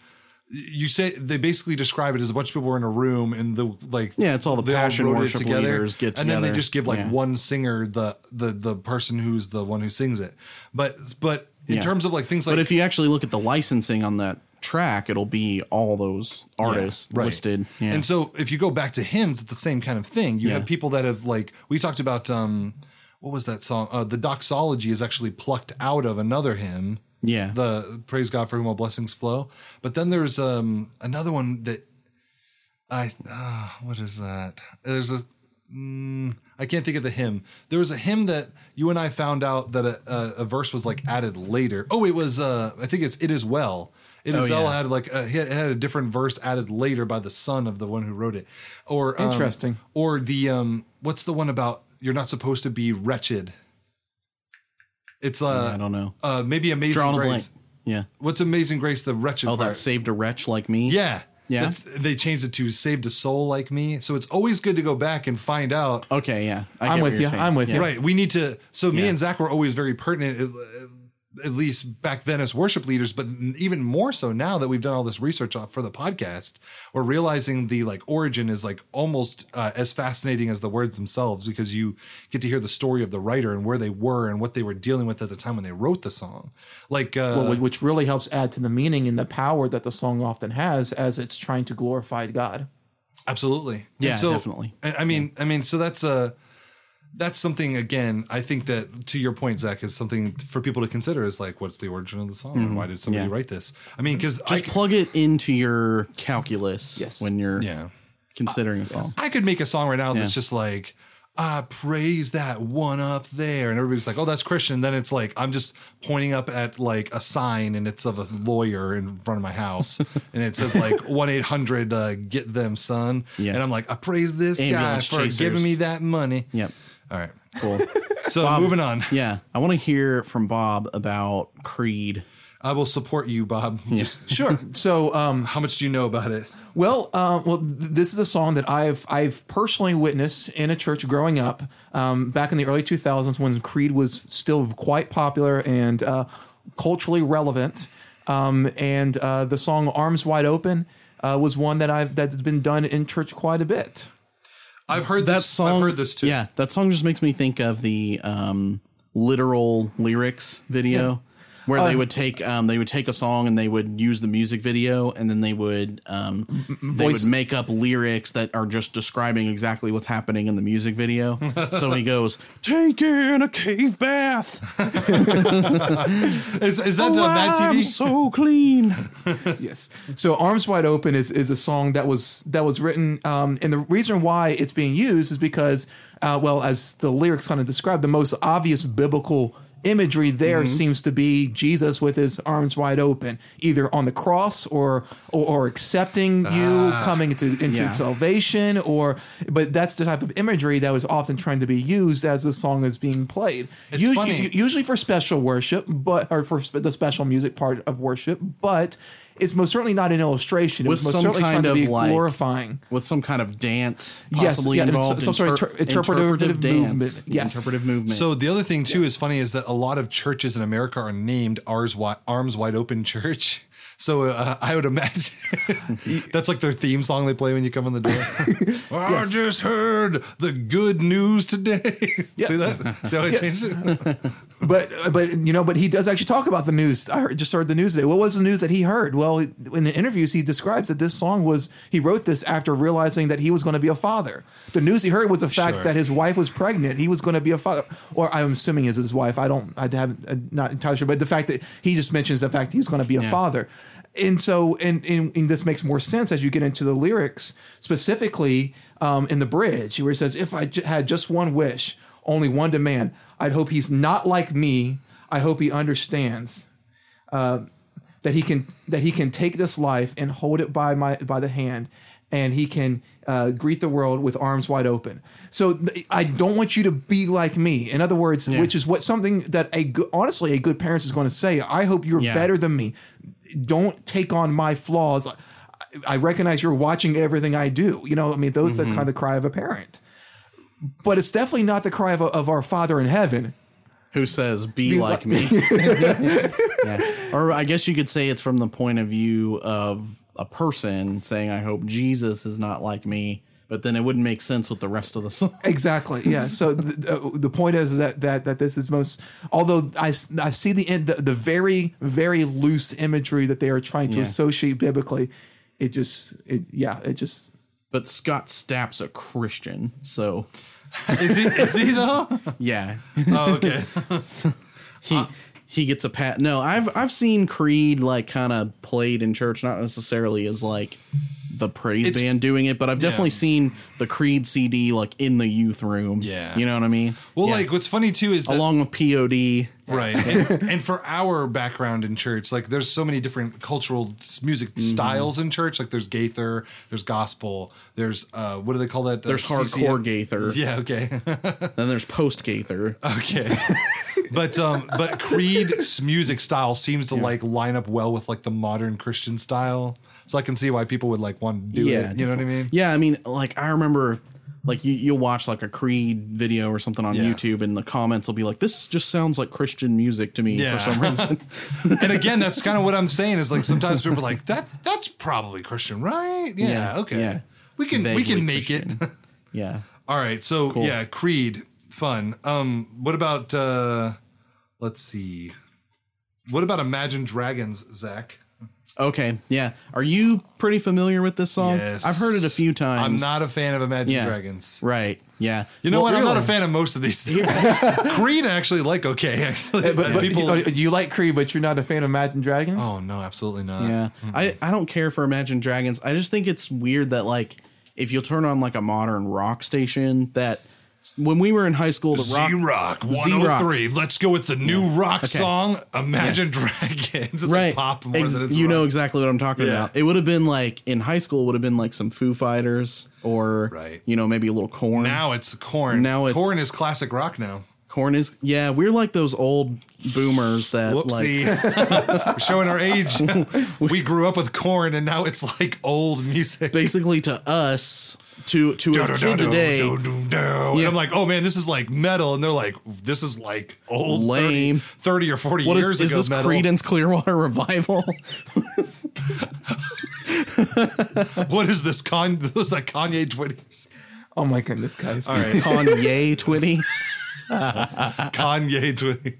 S1: you say they basically describe it as a bunch of people were in a room and the like
S2: Yeah, it's all the
S1: they all
S2: passion
S1: wrote it
S2: worship leaders get
S1: and then they
S2: together.
S1: just give like
S2: Yeah.
S1: one singer the the the person who's the one who sings it but but in
S2: Yeah.
S1: terms of like things like
S2: but if you actually look at the licensing on that track, it'll be all those artists
S1: right.
S2: listed. Yeah.
S1: And so if you go back to hymns, it's the same kind of thing. You have people that have like we talked about um what was that song? Uh, the doxology is actually plucked out of another hymn.
S2: yeah.
S1: The praise God for whom all blessings flow. But then there's um another one that I uh, what is that? There's a mm, I can't think of the hymn. There was a hymn that you and I found out that a, a, a verse was like added later. Oh, it was uh I think it's it is well. It is well
S2: Oh, yeah.
S1: had like a, it had a different verse added later by the son of the one who wrote it. Or um,
S3: Interesting.
S1: Or the um what's the one about you're not supposed to be wretched. It's uh
S2: I don't know.
S1: uh maybe amazing
S2: Drawing a
S1: grace.
S2: blank. Yeah.
S1: What's amazing grace the wretched
S2: Oh,
S1: part.
S2: that saved a wretch like me.
S1: Yeah.
S2: Yeah?
S1: That's, they changed it to saved a soul like me. So it's always good to go back and find out.
S2: Okay. Yeah. I
S3: I'm
S2: get what
S3: with
S2: you're
S3: you.
S2: saying.
S3: I'm with
S2: Yeah.
S3: you.
S1: Right. We need to. So me
S2: Yeah.
S1: and Zach were always very pertinent, at, at least back then as worship leaders, but even more so now that we've done all this research on- for the podcast, we're realizing the like origin is like almost uh, as fascinating as the words themselves because you get to hear the story of the writer and where they were and what they were dealing with at the time when they wrote the song. Like, uh,
S3: Well, which really helps add to the meaning and the power that the song often has as it's trying to glorify God.
S1: Absolutely. And
S2: Yeah, definitely.
S1: I, I mean, I mean, so that's uh, that's something again. I think that to your point, Zach, is something for people to consider. Is like, what's the origin of the song, and why did somebody
S2: Mm-hmm. Yeah.
S1: write this? I mean, because I,
S2: Just plug it into your calculus
S3: Yes.
S2: when you're
S1: yeah,
S2: considering a song.
S1: I could make a song right now
S2: Yeah.
S1: that's just like. I praise that one up there, and everybody's like, "Oh, that's Christian." Then it's like I'm just pointing up at like a sign, and it's of a lawyer in front of my
S2: (laughs)
S1: house, and it says like one eight hundred uh, get them son,
S2: Yeah.
S1: and I'm like, "I praise this
S2: Ambulance
S1: guy for
S2: chasers.
S1: giving me that money."
S2: Yep.
S1: All right. (laughs)
S2: Cool.
S1: So moving on.
S2: yeah. I want to hear from Bob about Creed.
S1: I will support you, Bob. Just
S3: Sure. (laughs) so, um,
S1: how much do you know about it?
S3: Well, um, well, th- this is a song that I've I've personally witnessed in a church growing up um, back in the early 2000s when Creed was still quite popular and uh, culturally relevant. Um, and uh, the song "Arms Wide Open" uh, was one that I've that's been done in church quite a bit.
S1: I've heard
S2: that
S1: this.
S2: song
S1: I've heard this too.
S2: Yeah, that song just makes me think of the um, literal lyrics video where
S3: Uh,
S2: they would take um, they would take a song and they would use the music video and then they would um, they
S3: voice-
S2: would make up lyrics that are just describing exactly what's happening in the music
S3: (laughs)
S2: video. so he goes, "Taking a cave
S3: (laughs)
S2: bath,
S1: Is, is that on Mad
S2: I'm
S1: TV?
S2: so clean."
S3: yes. So "Arms Wide Open" is is a song that was that was written, um, and the reason why it's being used is because, uh, well, as the lyrics kind of describe, the most obvious biblical imagery there seems to be Jesus with his arms wide open, either on the cross or or, or accepting you coming into into
S2: Yeah.
S3: salvation, or but that's the type of imagery that was often trying to be used as the song is being played.
S1: It's
S3: Us-
S1: funny.
S3: u- usually for special worship, but or for sp- the special music part of worship, but it's most certainly not an illustration. It
S2: With
S3: was most
S2: some
S3: certainly
S2: kind
S3: trying
S2: of,
S3: to be
S2: like,
S3: glorifying.
S2: with some kind of dance
S3: Yes,
S2: possibly
S3: yeah, and
S2: involved
S3: some sort of
S2: Inter-
S3: ter- interpretive
S2: dance
S3: movement, yes.
S2: interpretive movement
S1: So the other thing too is funny is that a lot of churches in America are named Arms Wide, Arms Wide Open Church. (laughs) So uh, I would imagine (laughs) that's like their theme song they play when you come in
S2: (laughs)
S1: the door. I just heard the good news today. (laughs) See
S3: Yes.
S1: that? See how I changed it?
S3: But but you know, but he does actually talk about the news. I heard, just heard the news today. What was the news that he heard? Well, in the interviews, he describes that this song was he wrote this after realizing that he was going to be a father. The news he heard was the fact
S1: Sure.
S3: that his wife was pregnant. He was going to be a father, or I'm assuming is his wife. I don't. I haven't. I'm not entirely sure. But the fact that he just mentions the fact that he's going to be a father. and so and, and and this makes more sense as you get into the lyrics specifically um, in the bridge where he says if i j- had just one wish only one demand i'd hope he's not like me i hope he understands uh, that he can that he can take this life and hold it by my by the hand and he can uh, greet the world with arms wide open. So th- I don't want you to be like me. In other words, which is what something that a good, honestly a good parent is going to say. I hope you're
S2: Yeah.
S3: better than me don't take on my flaws. I- I recognize you're watching everything I do. You know, I mean, those are kind of the cry of a parent. But it's definitely not the cry of, of our Father in heaven.
S2: who says be,
S3: Be
S2: like
S3: like-
S2: me
S1: (laughs)
S2: Yeah. (laughs) or i guess you could say it's from the point of view of a person saying i hope jesus is not like me but then it wouldn't make sense with the rest of the song. (laughs)
S3: Exactly.
S1: (laughs)
S3: Yeah. So the, uh, the point is that that that this is most. Although I, s- I see the end the, the very very loose imagery that they are trying to
S2: Yeah.
S3: associate biblically, it just it yeah it just
S2: But Scott Stapp's a Christian, so
S1: Is he? Is he
S2: (laughs)
S1: though?
S2: yeah,
S1: Oh, okay.
S2: he
S1: Uh,
S2: he gets a pat. No, I've I've seen Creed like kind of played in church, not necessarily as like the praise
S1: It's-
S2: band doing it, but I've definitely seen the Creed CD like in the youth room.
S1: Yeah.
S2: you know what I mean.
S1: Well,
S2: Yeah.
S1: like what's funny too is that
S2: along with POD. (laughs)
S1: right and, and for our background in church like there's so many different cultural s- music
S2: Mm-hmm.
S1: styles in church like there's gaither there's gospel there's uh what do they call that Uh,
S2: There's
S1: CCM?
S2: hardcore Gaither,
S1: yeah
S2: (laughs)
S1: okay
S2: then there's
S1: (laughs)
S2: post Gaither.
S1: okay but um but creed's music style seems to like line up well with like the modern christian style so i can see why people would like want to do
S2: Yeah,
S1: it you know what i mean
S2: Yeah, I mean, like I remember, like you, you'll watch like a Creed video or something on
S1: Yeah.
S2: YouTube, and the comments will be like, "This just sounds like Christian music to me
S1: Yeah.
S2: for some
S1: (laughs)
S2: reason."
S1: and again that's kind of what i'm saying
S2: (laughs)
S1: is like sometimes people are like that that's probably christian right yeah,
S2: Yeah,
S1: okay
S2: yeah.
S1: we can we
S2: Vaguely
S1: can make
S2: Christian.
S1: it
S2: yeah,
S1: All right, so yeah, Creed, fun. Um, what about uh, let's see, what about Imagine Dragons, Zach?
S2: Okay, yeah. Are you pretty familiar with this song? Oh, I've heard it a few times.
S1: I'm not a fan of Imagine
S2: Yeah.
S1: Dragons.
S2: Right. Yeah.
S1: You know what?
S2: Well,
S1: I'm not a
S2: really-
S1: fan of most of
S2: (laughs)
S1: these. (laughs) Creed, I actually, like okay, (laughs) actually,
S2: Eh,
S3: but, but
S2: oh,
S1: people.
S3: you, oh, you like Creed, but you're not a fan of Imagine Dragons.
S1: oh no, absolutely not.
S2: Yeah. I I don't care for Imagine Dragons. I just think it's weird that like if you'll turn on like a modern rock station that when we were in high school the rock
S1: Z Rock
S2: Z-Rock.
S1: 103. Let's go with the new rock
S2: Okay.
S1: song, Imagine Dragons. (laughs) It's
S2: right.
S1: like pop more
S2: Ex-
S1: than it's
S2: you know
S1: rock.
S2: exactly what I'm talking
S1: Yeah.
S2: about. It would have been like in high school it would have been like some Foo Fighters or
S1: Right.
S2: you know maybe a little corn.
S1: Now it's corn.
S2: Now it's-
S1: corn is classic rock now.
S2: corn is yeah, we're like those old boomers that like
S1: Whoopsie. (laughs) We're showing our
S2: (laughs)
S1: age. we grew up with corn and now it's like old music.
S2: basically to us to to a kid today
S1: And I'm like, oh man, this is like metal. And they're like, this is like old 30
S2: Lame.
S1: 30, or 40
S2: what
S1: years
S2: is, is
S1: ago
S2: this
S1: metal.
S2: Credence Clearwater (laughs) Revival?
S1: (laughs) What is this? Con- (laughs) this is like Kanye 20s.
S3: Oh my goodness, guys!
S1: All right. (laughs)
S2: Kanye Twitty.
S1: Kanye 20.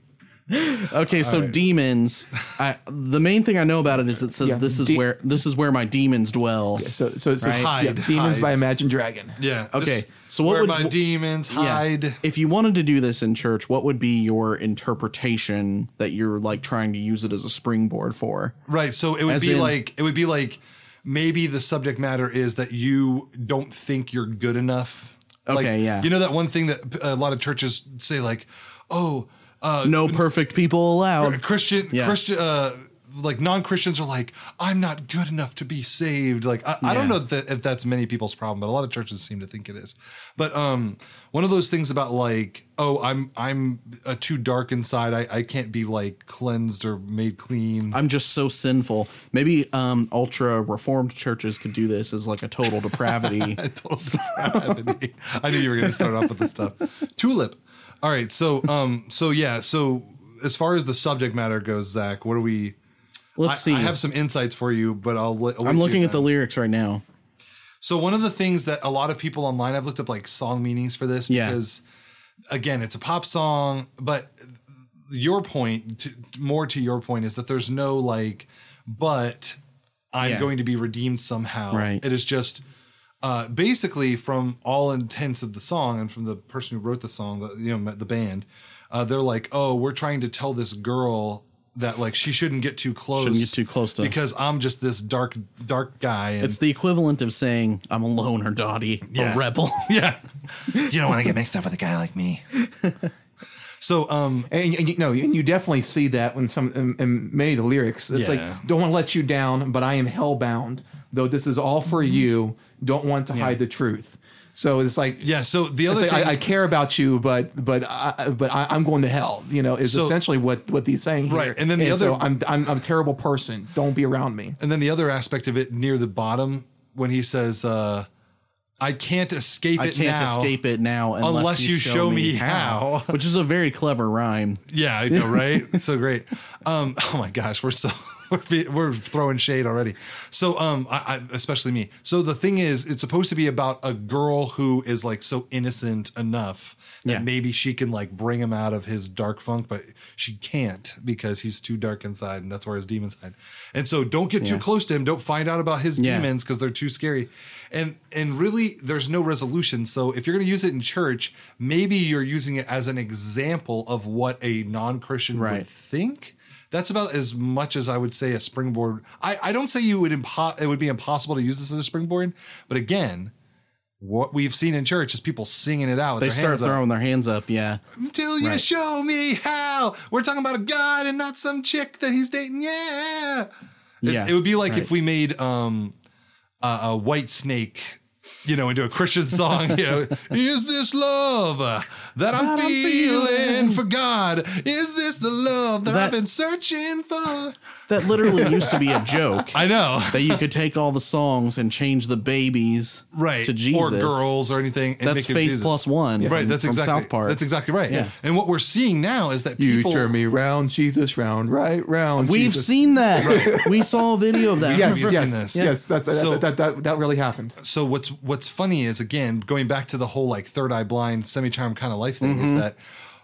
S2: Okay, so demons. I the main thing I know about it is it says
S3: Yeah,
S2: this is
S3: de-
S2: where this is where my demons dwell.
S3: So so, so
S2: Right.
S3: yeah,
S1: Hide,
S3: Demons
S1: hide.
S3: by Imagine Dragon.
S1: Yeah.
S2: Okay,
S1: This-
S2: so what
S1: where
S2: would-
S1: my demons hide?
S2: If you wanted to do this in church, what would be your interpretation that you're like trying to use it as a springboard for?
S1: Right. So it would
S2: As
S1: be
S2: in-
S1: like it would be like maybe the subject matter is that you don't think you're good enough. like,
S2: Okay, yeah.
S1: You know that one thing that a lot of churches say, like, "Oh, uh,
S2: No perfect people allowed.
S1: Christian,
S2: Yeah.
S1: Christian." Uh, like non Christians are like, I'm not good enough to be saved. Like, I, I don't
S2: Yeah.
S1: know that if that's many people's problem, but a lot of churches seem to think it is. But um, one of those things about like, oh, I'm I'm uh, too dark inside. I, I can't be like cleansed or made clean.
S2: I'm just so sinful. Maybe um, ultra reformed churches could do this as like a
S1: (laughs)
S2: total depravity.
S1: Total depravity. I knew you were going to start off with this stuff. Tulip. All right. So, um, so yeah. So, as far as the subject matter goes, Zach, what are we?
S2: Let's
S1: I,
S2: see.
S1: I have some insights for you, but I'll. Let,
S2: I'm looking at the lyrics right now.
S1: So one of the things that a lot of people online, I've looked up like song meanings for this
S2: Yeah.
S1: because, again, it's a pop song. But your point, to, more to your point, is that there's no like, but I'm
S2: Yeah.
S1: going to be redeemed somehow.
S2: Right.
S1: It is just uh, basically from all intents of the song and from the person who wrote the song, the, you know, the band. Uh, they're like, oh, we're trying to tell this girl that like she shouldn't get too close.
S2: Shouldn't get too close to-
S1: because I'm just this dark, dark guy. And
S2: It's the equivalent of saying I'm a loner, Dottie,
S1: Yeah. (laughs)
S2: a rebel.
S1: Yeah. You don't want to get mixed up with a guy like me. So, um,
S3: And, and you know, and you definitely see that when some in, in many of the lyrics, it's
S1: Yeah.
S3: like, "Don't want to let you down, but I am hellbound. Though this is all
S1: Mm-hmm.
S3: for you. Don't want to hide the truth." So it's like,
S1: yeah. So the other
S3: it's like,
S1: thing,
S3: I, I care about you, but but I, but I, I'm going to hell. You know, is
S1: So-
S3: essentially what what he's saying. here.
S1: Right, and then the other-
S3: so I'm, I'm I'm a terrible person. Don't be around me.
S1: and then the other aspect of it near the bottom when he says, uh, I can't escape
S2: I
S1: it
S2: can't
S1: now.
S2: escape it now unless,
S1: unless you show me how.
S2: (laughs) Which is a very clever rhyme.
S1: (laughs) Yeah, I know, right? so great. Um, oh my gosh, we're so we're, fe- we're throwing shade already. So, um, I, I, especially me. So the thing is, it's supposed to be about a girl who is like so innocent enough that
S2: Yeah.
S1: maybe she can like bring him out of his dark funk, but she can't because he's too dark inside, and that's where his demons hide. And so, don't get too
S2: Yeah.
S1: close to him. Don't find out about his
S2: Yeah.
S1: demons because they're too scary. And and really, there's no resolution. So if you're going to use it in church, maybe you're using it as an example of what a non-Christian would
S2: Right.
S1: think. That's about as much as I would say a springboard. I, I don't say you would impo- it would be impossible to use this as a springboard, but again, what we've seen in church is people singing it out. With
S2: They
S1: their
S2: start
S1: hands up.
S2: throwing their hands up. Yeah.
S1: Till you
S2: Right.
S1: show me how. We're talking about a god and not some chick that he's dating. Yeah. It-
S2: Yeah,
S1: It, would be like
S2: right.
S1: if we made um a, a white snake, you know, into a Christian song. You know, (laughs) is this love uh, that I'm
S2: That I'm
S1: feeling,
S2: feeling.
S1: for God? Is this the love that, I've
S2: That-
S1: been searching for?
S2: That literally used to be a joke.
S1: I know.
S2: that you could take all the songs and change the babies
S1: Right.
S2: to Jesus
S1: Or girls or anything. And make
S2: That's
S1: it
S2: faith
S1: Jesus.
S2: plus one.
S1: Right,
S2: from-
S1: that's
S2: from
S1: exactly
S2: South Park.
S1: That's exactly right.
S2: Yes.
S1: And what we're seeing now is that
S3: You
S1: people
S3: turn me round, Jesus, round, right, round.
S2: We've
S3: Jesus.
S1: (laughs)
S2: seen that. We saw a video of that.
S3: Yes,
S1: We've
S3: yes,
S1: seen
S3: yes,
S1: this.
S3: That's, that-
S1: So-
S3: that, that, that, that really happened.
S1: so what's what's funny is again going back to the whole like third eye blind semi charm kind of life thing is that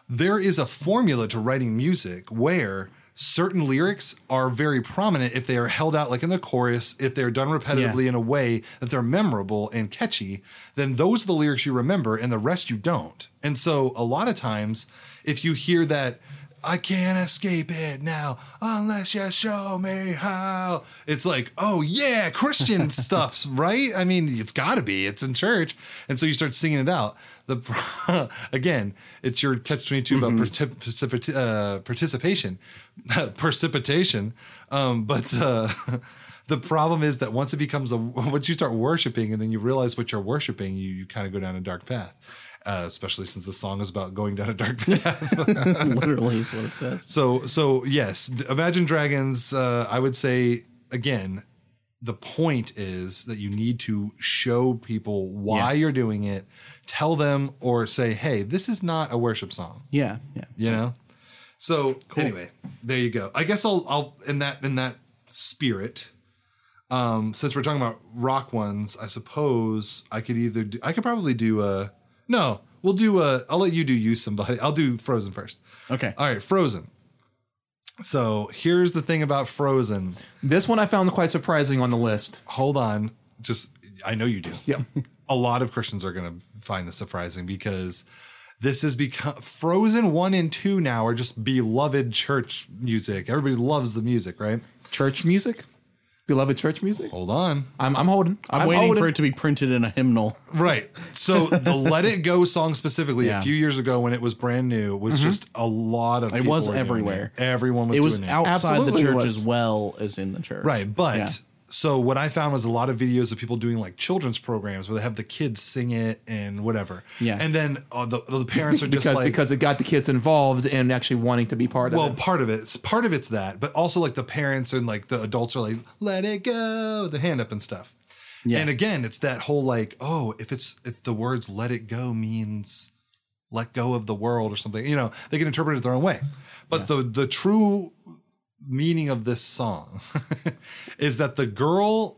S1: there is a formula to writing music where certain lyrics are very prominent if they are held out like in the chorus if they're done repetitively
S2: Yeah.
S1: in a way that they're memorable and catchy then those are the lyrics you remember and the rest you don't and so a lot of times if you hear that I can't escape it now unless you show me how. It's like, oh yeah, Christian stuffs, right? I mean, it's got to be. It's in church, and so you start singing it out. The (laughs) pro- again, it's your catch twenty two about parti- precipita- uh, participation, (laughs) precipitation. Um, but uh, (laughs) the problem is that once it becomes a (laughs) once you start worshiping, and then you realize what you're worshiping, you you kind of go down a dark path. Uh, especially since the song is about going down a dark (laughs) path.
S2: (laughs) literally is what it says.
S1: So so yes, d- Imagine Dragons. Uh, I would say again, the point is that you need to show people why
S2: Yeah.
S1: you're doing it. Tell them or say, hey, this is not a worship song.
S2: Yeah, yeah.
S1: You know. So anyway, there you go. I guess I'll I'll in that in that spirit. Um, since we're talking about rock ones, I suppose I could either do, I could probably do uh no we'll do uh I'll let you do you somebody (laughs) I'll do Frozen first.
S2: Okay.
S1: All right, Frozen. So here's the thing about Frozen.
S3: This one I found quite surprising on the list.
S1: Hold on, just I know you do.
S3: Yeah.
S1: (laughs) A lot of Christians are going to find this surprising because this has become Frozen 1 and 2 now are just beloved church music. Everybody loves the music, right?
S3: Church music, beloved church music.
S1: Hold on.
S3: I'm, I'm holding.
S2: I'm, waiting
S3: holding.
S2: for it to be printed in a hymnal.
S1: Right. So the Let It Go song specifically
S2: Yeah. Mm-hmm.
S1: a few years ago when it was brand new was just a lot of
S2: It
S1: people
S2: was
S1: were doing
S2: everywhere.
S1: It. Everyone was
S2: It was
S1: doing it.
S2: outside
S3: Absolutely
S2: the
S3: it
S2: church
S3: was.
S2: as well as in the church.
S1: Right. But
S2: Yeah.
S1: so what I found was a lot of videos of people doing like children's programs where they have the kids sing it and whatever.
S2: Yeah.
S1: And then uh, the, the
S2: (laughs)
S1: parents are just
S3: because
S1: like,
S3: because it got the kids involved and actually wanting to be part
S1: well,
S3: of it.
S1: part of it, part of it's that, but also like the parents and like the adults are like, let it go, the hand up and stuff.
S2: Yeah.
S1: And again, it's that whole like, oh, if it's, if the words let it go means let go of the world or something, you know, they can interpret it their own way. But the, the true meaning of this song (laughs) is that the girl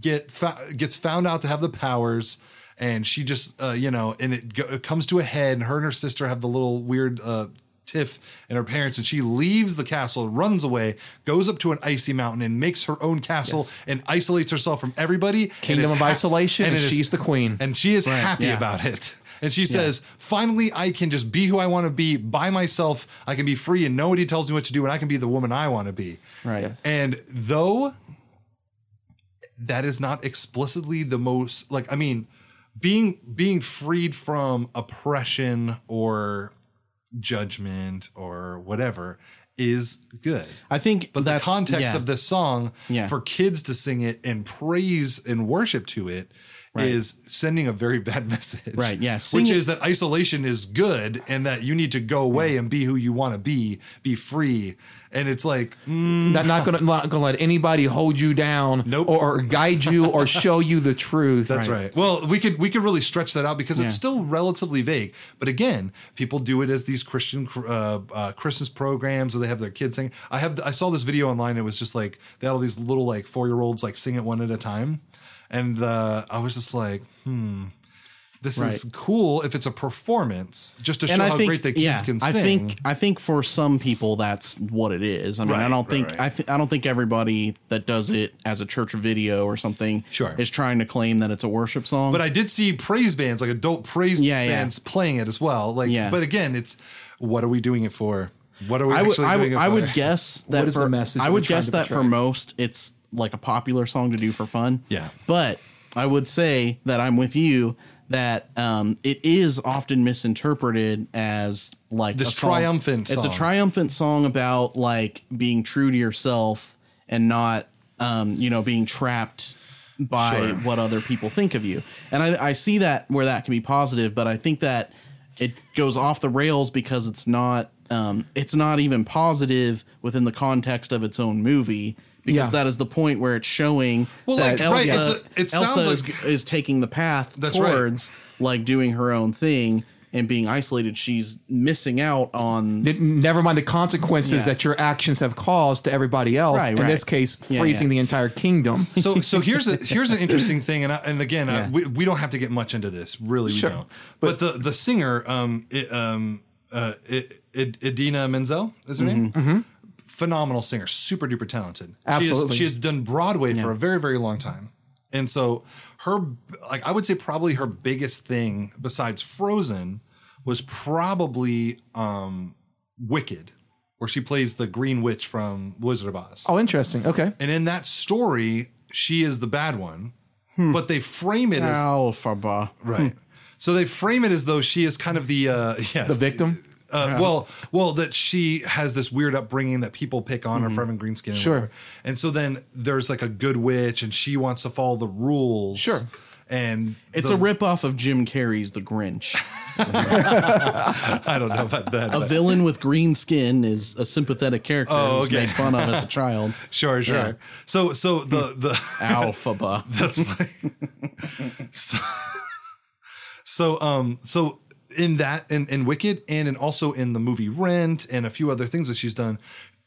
S1: get fou- gets found out to have the powers and she just uh, you know and it, go, it comes to a head and her and her sister have the little weird uh, tiff and her parents and she leaves the castle runs away goes up to an icy mountain and makes her own castle
S2: Yes.
S1: and isolates herself from everybody and
S3: Kingdom
S1: is
S3: of
S1: hap-
S3: Isolation, and,
S1: it is-
S3: she's the queen.
S1: and she is happy
S2: yeah.
S1: about it. And she says, finally, I can just be who I want to be by myself. I can be free and nobody tells me what to do, and I can be the woman I want to be.
S2: Right.
S3: Yes.
S1: And though that is not explicitly the most like I mean, being being freed from oppression or judgment or whatever is good.
S2: I think
S1: But
S2: that's
S1: the context
S2: yeah.
S1: of this song
S2: Yeah.
S1: for kids to sing it and praise and worship to it is sending a very (laughs) bad message.
S2: Right, yeah,
S1: Which
S2: singing-
S1: is that isolation is good and that you need to go away and be who you want to be, be free. And it's like,
S3: Not, not gonna not gonna let anybody hold you down
S1: Nope.
S3: or, guide you
S1: (laughs)
S3: or show you the truth.
S1: That's right. Well, we could we could really stretch that out because
S2: Yeah.
S1: it's still relatively vague. But again, people do it as these Christian uh, uh, Christmas programs where they have their kids sing. I have I saw this video online. It was just like they had all these little like four year olds like sing it one at a time, and uh, I was just like, hmm. This is
S2: Right.
S1: cool if it's a performance, just to show
S2: and I
S1: how
S2: think,
S1: great the kids
S2: yeah,
S1: can sing.
S2: I think I think for some people that's what it is. I mean, I
S1: Right,
S2: don't
S1: right,
S2: think
S1: right.
S2: I th- I don't think everybody that does it as a church video or something
S1: Sure.
S2: is trying to claim that it's a worship song.
S1: But I did see praise bands, like adult praise
S2: Yeah, yeah.
S1: bands, playing it as well. Like,
S2: Yeah.
S1: but again, it's what are we doing it for? What are we
S2: I would
S1: actually
S2: I
S1: doing
S2: would,
S1: it
S2: I
S1: for?
S2: would guess that
S3: What is
S2: for,
S3: the message
S2: I
S3: that
S2: would
S3: we're trying
S2: guess
S3: to
S2: that for
S3: portray?
S2: most it's like a popular song to do for fun.
S1: Yeah.
S2: But I would say that I'm with you that um, it is often misinterpreted as like
S1: This
S2: a song-
S1: triumphant
S2: It's a
S1: song.
S2: triumphant song about like being true to yourself and not um, you know being trapped by
S1: Sure.
S2: what other people think of you. And I, I see that where that can be positive, but I think that it goes off the rails because it's not um, it's not even positive within the context of its own movie. Because
S3: Yeah.
S2: that is the point where it's showing
S1: Well,
S2: that
S1: like, right,
S2: Elsa,
S1: it's a- it sounds
S2: Elsa is,
S1: like-
S2: is taking the path
S1: That's right.
S2: towards like doing her own thing and being isolated. She's missing out on
S3: N- Never mind the consequences
S2: Yeah.
S3: that your actions have caused to everybody else.
S2: Right,
S3: in
S2: right.
S3: this case,
S2: Yeah,
S3: freezing
S2: yeah.
S3: the
S2: (laughs)
S3: entire kingdom.
S1: so so here's a here's an interesting thing and I, and again I,
S2: Yeah.
S1: we, we don't have to get much into this really
S3: Sure.
S1: we don't but, the the singer um it, um uh it, it, Idina Menzel is her name phenomenal singer super duper talented
S3: Absolutely.
S1: she has, she has done Broadway for a very very long time and so her like I would say probably her biggest thing besides Frozen was probably um Wicked where she plays the Green Witch from Wizard of Oz
S3: Oh, interesting. Okay.
S1: and in that story, she is the bad one, but they frame it as
S2: Alphaba.
S1: right. So they frame it as though she is kind of the uh, (laughs) yes,
S3: The victim?
S1: Uh, Well, well, that she has this weird upbringing that people pick on her from in Greenskin. and
S3: Sure.
S1: whatever. And so then there's like a good witch, and she wants to follow the rules.
S3: Sure.
S1: And
S2: It's
S1: the,
S2: a ripoff of Jim Carrey's The Grinch.
S1: (laughs) I don't know about that.
S2: A villain with green skin is a sympathetic character
S1: Oh,
S2: who's
S1: okay.
S2: made fun of as
S1: (laughs)
S2: a child.
S1: sure, sure.
S2: Yeah.
S1: So, so the the (laughs)
S2: Alphaba.
S1: That's funny. so, so, um, so in that, in, in Wicked, and in also in the movie Rent, and a few other things that she's done.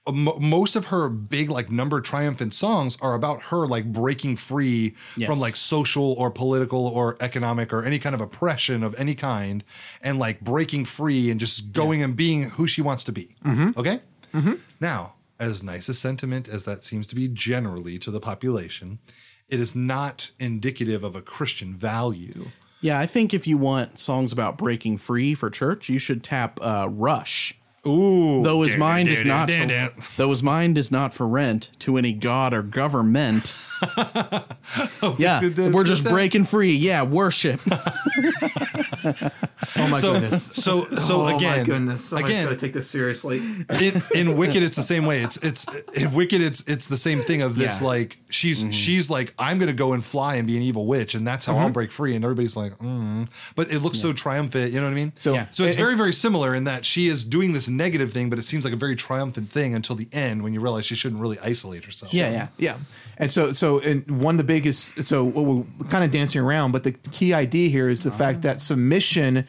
S1: uh, mo- Most of her big like number triumphant songs are about her like breaking free
S2: Yes.
S1: from like social or political or economic or any kind of oppression of any kind, and like breaking free and just going and being who she wants to be. Okay. Now, as nice a sentiment as that seems to be generally to the population, it is not indicative of a Christian value.
S2: Yeah, I think if you want songs about breaking free for church, you should tap uh, Rush.
S1: Ooh.
S2: Though his mind is not to,
S1: (laughs)
S2: though his mind is not for rent to any god or
S1: (laughs)
S2: government. yeah,
S1: it does-
S2: we're
S1: it
S2: just
S1: does.
S2: breaking free. Yeah, worship. (laughs)
S3: Oh my
S1: So,
S3: goodness. Oh,
S1: so, so
S2: Oh,
S1: again, again,
S3: this seriously.
S1: in,
S3: (laughs)
S1: in Wicked, it's the same way. It's it's in Wicked, it's it's the same thing of this
S2: Yeah.
S1: like she's
S3: Mm-hmm.
S1: she's like I'm gonna go and fly and be an evil witch, and that's how
S3: Mm-hmm.
S1: I'll break free. And everybody's like, mm. but it looks so triumphant. You know what I mean?
S3: So-
S2: Yeah.
S1: so it's very very similar in that she is doing this negative thing, but it seems like a very triumphant thing until the end when you realize she shouldn't really isolate herself.
S2: Yeah, yeah.
S3: Yeah. And so, so, and one of the biggest, so what we're kind of dancing around, but the key idea here is the fact that submission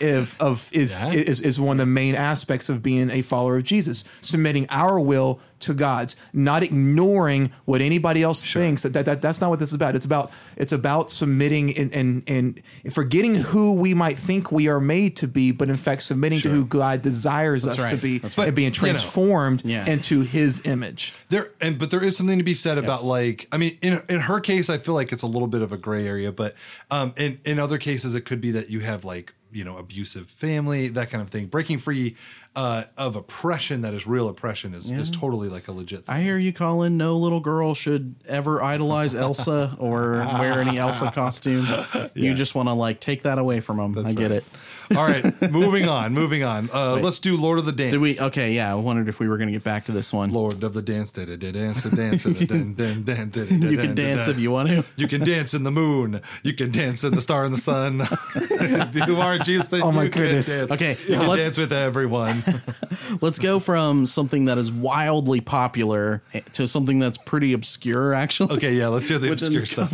S3: if, of is,
S1: Yeah.
S3: is is one of the main aspects of being a follower of Jesus, submitting our will to God's, not ignoring what anybody else thinks. That, that that's not what this is about. It's about it's about submitting and and and forgetting who we might think we are made to be, but in fact submitting to who God desires us to
S2: right.
S3: be,
S2: That's
S1: right.
S3: and being
S1: But, you know,
S3: transformed
S2: Yeah.
S3: into His image.
S1: There and but there is something to be said about like I mean in in her case I feel like it's a little bit of a gray area but um in in other cases it could be that you have like you know abusive family that kind of thing breaking free uh of oppression that is real oppression is is totally like a legit thing.
S2: I hear you, Colin. No little girl should ever idolize Elsa
S1: (laughs)
S2: or wear any Elsa costume. You just want to like take that away from them. I get it.
S1: All right,
S2: (laughs)
S1: moving on, moving on. Uh, let's do Lord of the Dance.
S2: Did we? Okay, yeah. I wondered if we were going to get back to this one.
S1: Lord of the Dance, da da da dance, da dance, da da
S2: (laughs)
S1: da dance, da da da
S2: you
S1: da da
S2: can dance
S1: da.
S2: if you want to.
S1: You can dance in the moon. You can dance in the star and the sun. (laughs) you are Jesus.
S3: Oh my
S1: you can
S3: goodness.
S1: Dance.
S2: Okay,
S1: you
S2: so
S1: can
S2: let's-
S1: dance with
S2: (laughs)
S1: everyone.
S2: Let's go from something that is wildly popular to something that's pretty obscure, actually.
S1: Okay, yeah, let's hear the
S2: within
S1: obscure
S2: the
S1: stuff.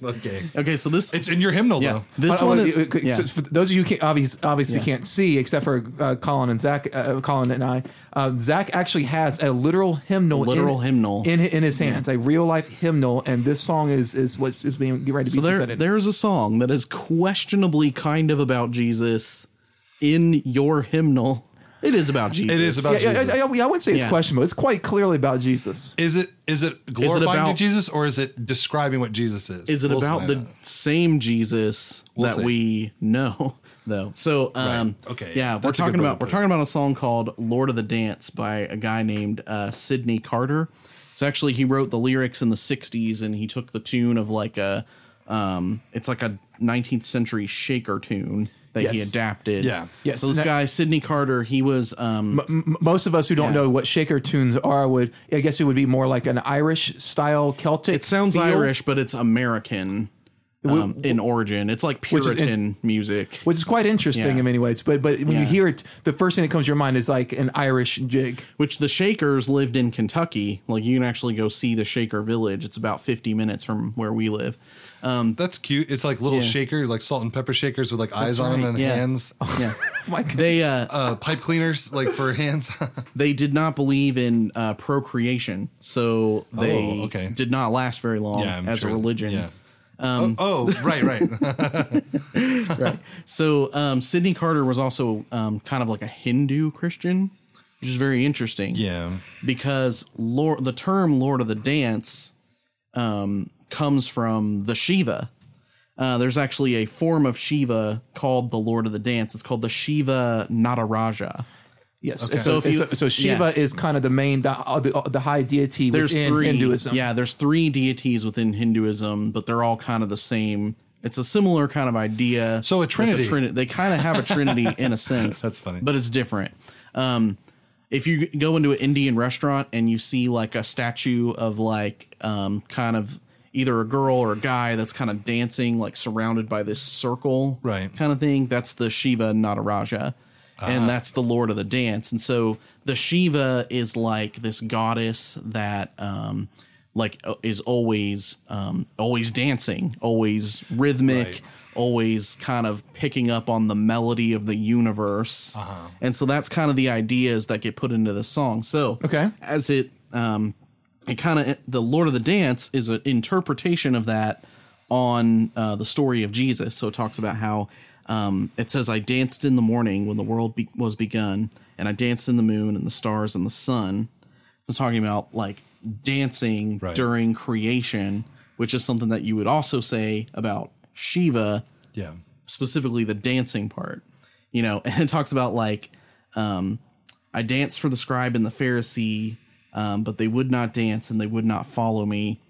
S2: context.
S1: Okay,
S2: Okay, so this.
S1: it's in your hymnal
S2: yeah,
S1: though.
S2: this
S3: Oh,
S2: one.
S3: oh,
S2: is-
S3: you- okay,
S2: yeah.
S3: so for those of you can't, obvious, obviously
S2: Yeah.
S3: can't see, except for uh, Colin and Zach, uh, Colin and I, uh, Zach actually has a literal hymnal,
S2: Literal
S3: in,
S2: hymnal.
S3: in in his hands, a real life hymnal, and this song is is what is being get ready to
S2: So
S3: be
S2: there,
S3: presented.
S2: there is a song that is questionably kind of about Jesus in your hymnal. It is about Jesus.
S1: It is about
S3: yeah, yeah,
S1: Jesus.
S3: I, I, I wouldn't say it's
S2: Yeah.
S3: questionable. It's quite clearly about Jesus.
S1: Is it is it glorifying
S2: about-
S1: Jesus or is it describing what Jesus is?
S2: Is it
S1: We'll
S2: about
S1: find
S2: the
S1: out.
S2: same Jesus
S1: We'll
S2: that
S1: see.
S2: we know, (laughs) though? So, um,
S1: Right. Okay.
S2: yeah,
S1: That's a
S2: we're
S1: good
S2: talking
S1: way to
S2: about
S1: put
S2: we're
S1: it.
S2: talking about a song called "Lord of the Dance" by a guy named uh, Sidney Carter. So actually, he wrote the lyrics in the '60s, and he took the tune of like a, um, it's like a 19th century shaker tune that he
S3: Yes.
S2: adapted.
S1: Yeah.
S3: Yes.
S2: So this
S3: Now-
S2: guy Sidney Carter, he was um,
S3: M- most of us who don't
S2: Yeah.
S3: know what shaker tunes are would I guess it would be more like an Irish style Celtic.
S2: It sounds
S3: feel,
S2: Irish, but it's American um, in origin. It's like
S3: is in-
S2: Puritan music.
S3: which is quite interesting
S2: Yeah.
S3: in many ways. But but when you
S2: Yeah.
S3: hear it, the first thing that comes to your mind is like an Irish jig. (laughs)
S2: Which the Shakers lived in Kentucky. Like you can actually go see the Shaker Village. It's about fifty minutes from where we live.
S1: That's cute. It's like little
S2: Yeah.
S1: shakers, like salt and pepper shakers with like eyes on them
S2: right,
S1: and
S2: yeah.
S1: hands.
S2: (laughs) Yeah,
S3: My God.
S2: they uh,
S1: (laughs) Uh, pipe cleaners, like for hands. (laughs)
S2: they did not believe in uh, procreation, so they
S1: Oh, okay.
S2: did not last very long
S1: Yeah, I'm
S2: as
S1: sure.
S2: a religion. Um,
S1: Yeah. oh, oh, right,
S2: (laughs)
S1: right.
S2: So um, Sidney Carter was also um, kind of like a Hindu Christian, which is very interesting.
S1: yeah.
S2: because Lord, the term Lord of the Dance um, comes from the Shiva. Uh, there's actually a form of Shiva called the Lord of the Dance. It's called the Shiva Nataraja.
S3: Yes.
S2: So
S3: So,
S2: if you-
S3: so, so Shiva is kind of the main, the, uh, the, uh, the high deity
S2: There's
S3: within
S2: three.
S3: Hinduism.
S2: Yeah, there's three deities within Hinduism, but they're all kind of the same. It's a similar kind of idea.
S1: So a
S2: with
S1: trinity.
S2: trini- they kind of have a trinity
S1: (laughs)
S2: in a sense.
S1: That's funny.
S2: but it's different. Um, if you go into an Indian restaurant and you see like a statue of like um, kind of either a girl or a guy that's kind of dancing, like surrounded by this circle,
S1: Right.
S2: kind of thing, that's the Shiva Nataraja. And that's the Lord of the Dance. And so the Shiva is like this goddess that um, like uh, is always um, always dancing, always rhythmic,
S1: Right.
S2: always kind of picking up on the melody of the universe. And so that's kind of the ideas that get put into the song. So
S3: Okay.
S2: as it um, it kind of the Lord of the Dance is an interpretation of that on uh, the story of Jesus. So it talks about how um, it says, "I danced in the morning when the world be- was begun, and I danced in the moon and the stars and the sun." It's talking about like dancing
S1: Right.
S2: during creation, which is something that you would also say about Shiva
S1: Yeah.
S2: specifically the dancing part, you know, (laughs) and it talks about like, um, I danced for the scribe and the Pharisee, um, but they would not dance and they would not follow me.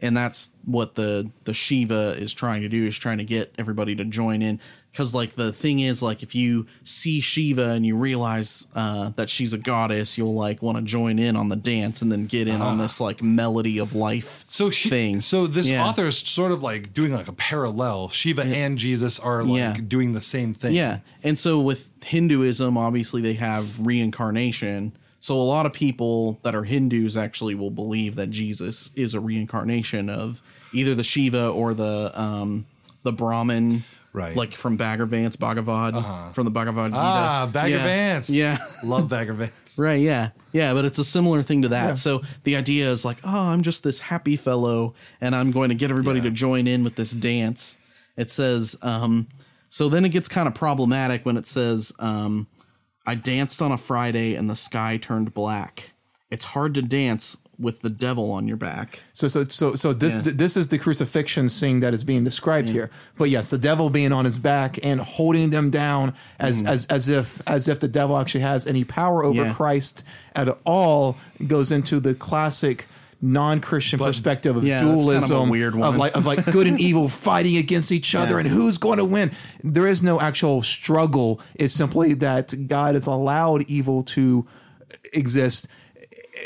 S2: And that's what the, the Shiva is trying to do is trying to get everybody to join in. Cause like the thing is like, if you see Shiva and you realize, uh, that she's a goddess, you'll like want to join in on the dance and then get in on this like melody of life.
S1: Ah. So she,
S2: thing.
S1: so this
S2: Yeah.
S1: author is sort of like doing like a parallel. Shiva and Jesus are like
S2: Yeah.
S1: doing the same thing.
S2: Yeah. And so with Hinduism, obviously they have reincarnation. So a lot of people that are Hindus actually will believe that Jesus is a reincarnation of either the Shiva or the um the Brahmin.
S1: Right. Uh-huh.
S2: Like from Bagger Vance, Bhagavad, from the Bhagavad Gita.
S1: Ah, Bagger
S2: yeah.
S1: Vance.
S2: Yeah.
S1: Love Bagger
S2: (laughs)
S1: Vance.
S2: Right, yeah. Yeah, but it's a similar thing to that. So the idea is like, oh, I'm just this happy fellow and I'm going to get everybody to join in with this dance. It says, um, so then it gets kind of problematic when it says, um, I danced on a Friday and the sky turned black. It's hard to dance with the devil on your back.
S3: So so so so this
S2: Yeah.
S3: th- this is the crucifixion scene that is being described here. But yes, the devil being on his back and holding them down
S2: Mm.
S3: as as as if as if the devil actually has any power over
S2: Yeah.
S3: Christ at all goes into the classic non-Christian perspective of
S2: Yeah, that's kind of a
S3: dualism,
S2: weird
S3: of
S2: one.
S3: like of like
S2: (laughs)
S3: good and evil fighting against each other,
S2: Yeah.
S3: and who's going to win? There is no actual struggle. It's simply that God has allowed evil to exist.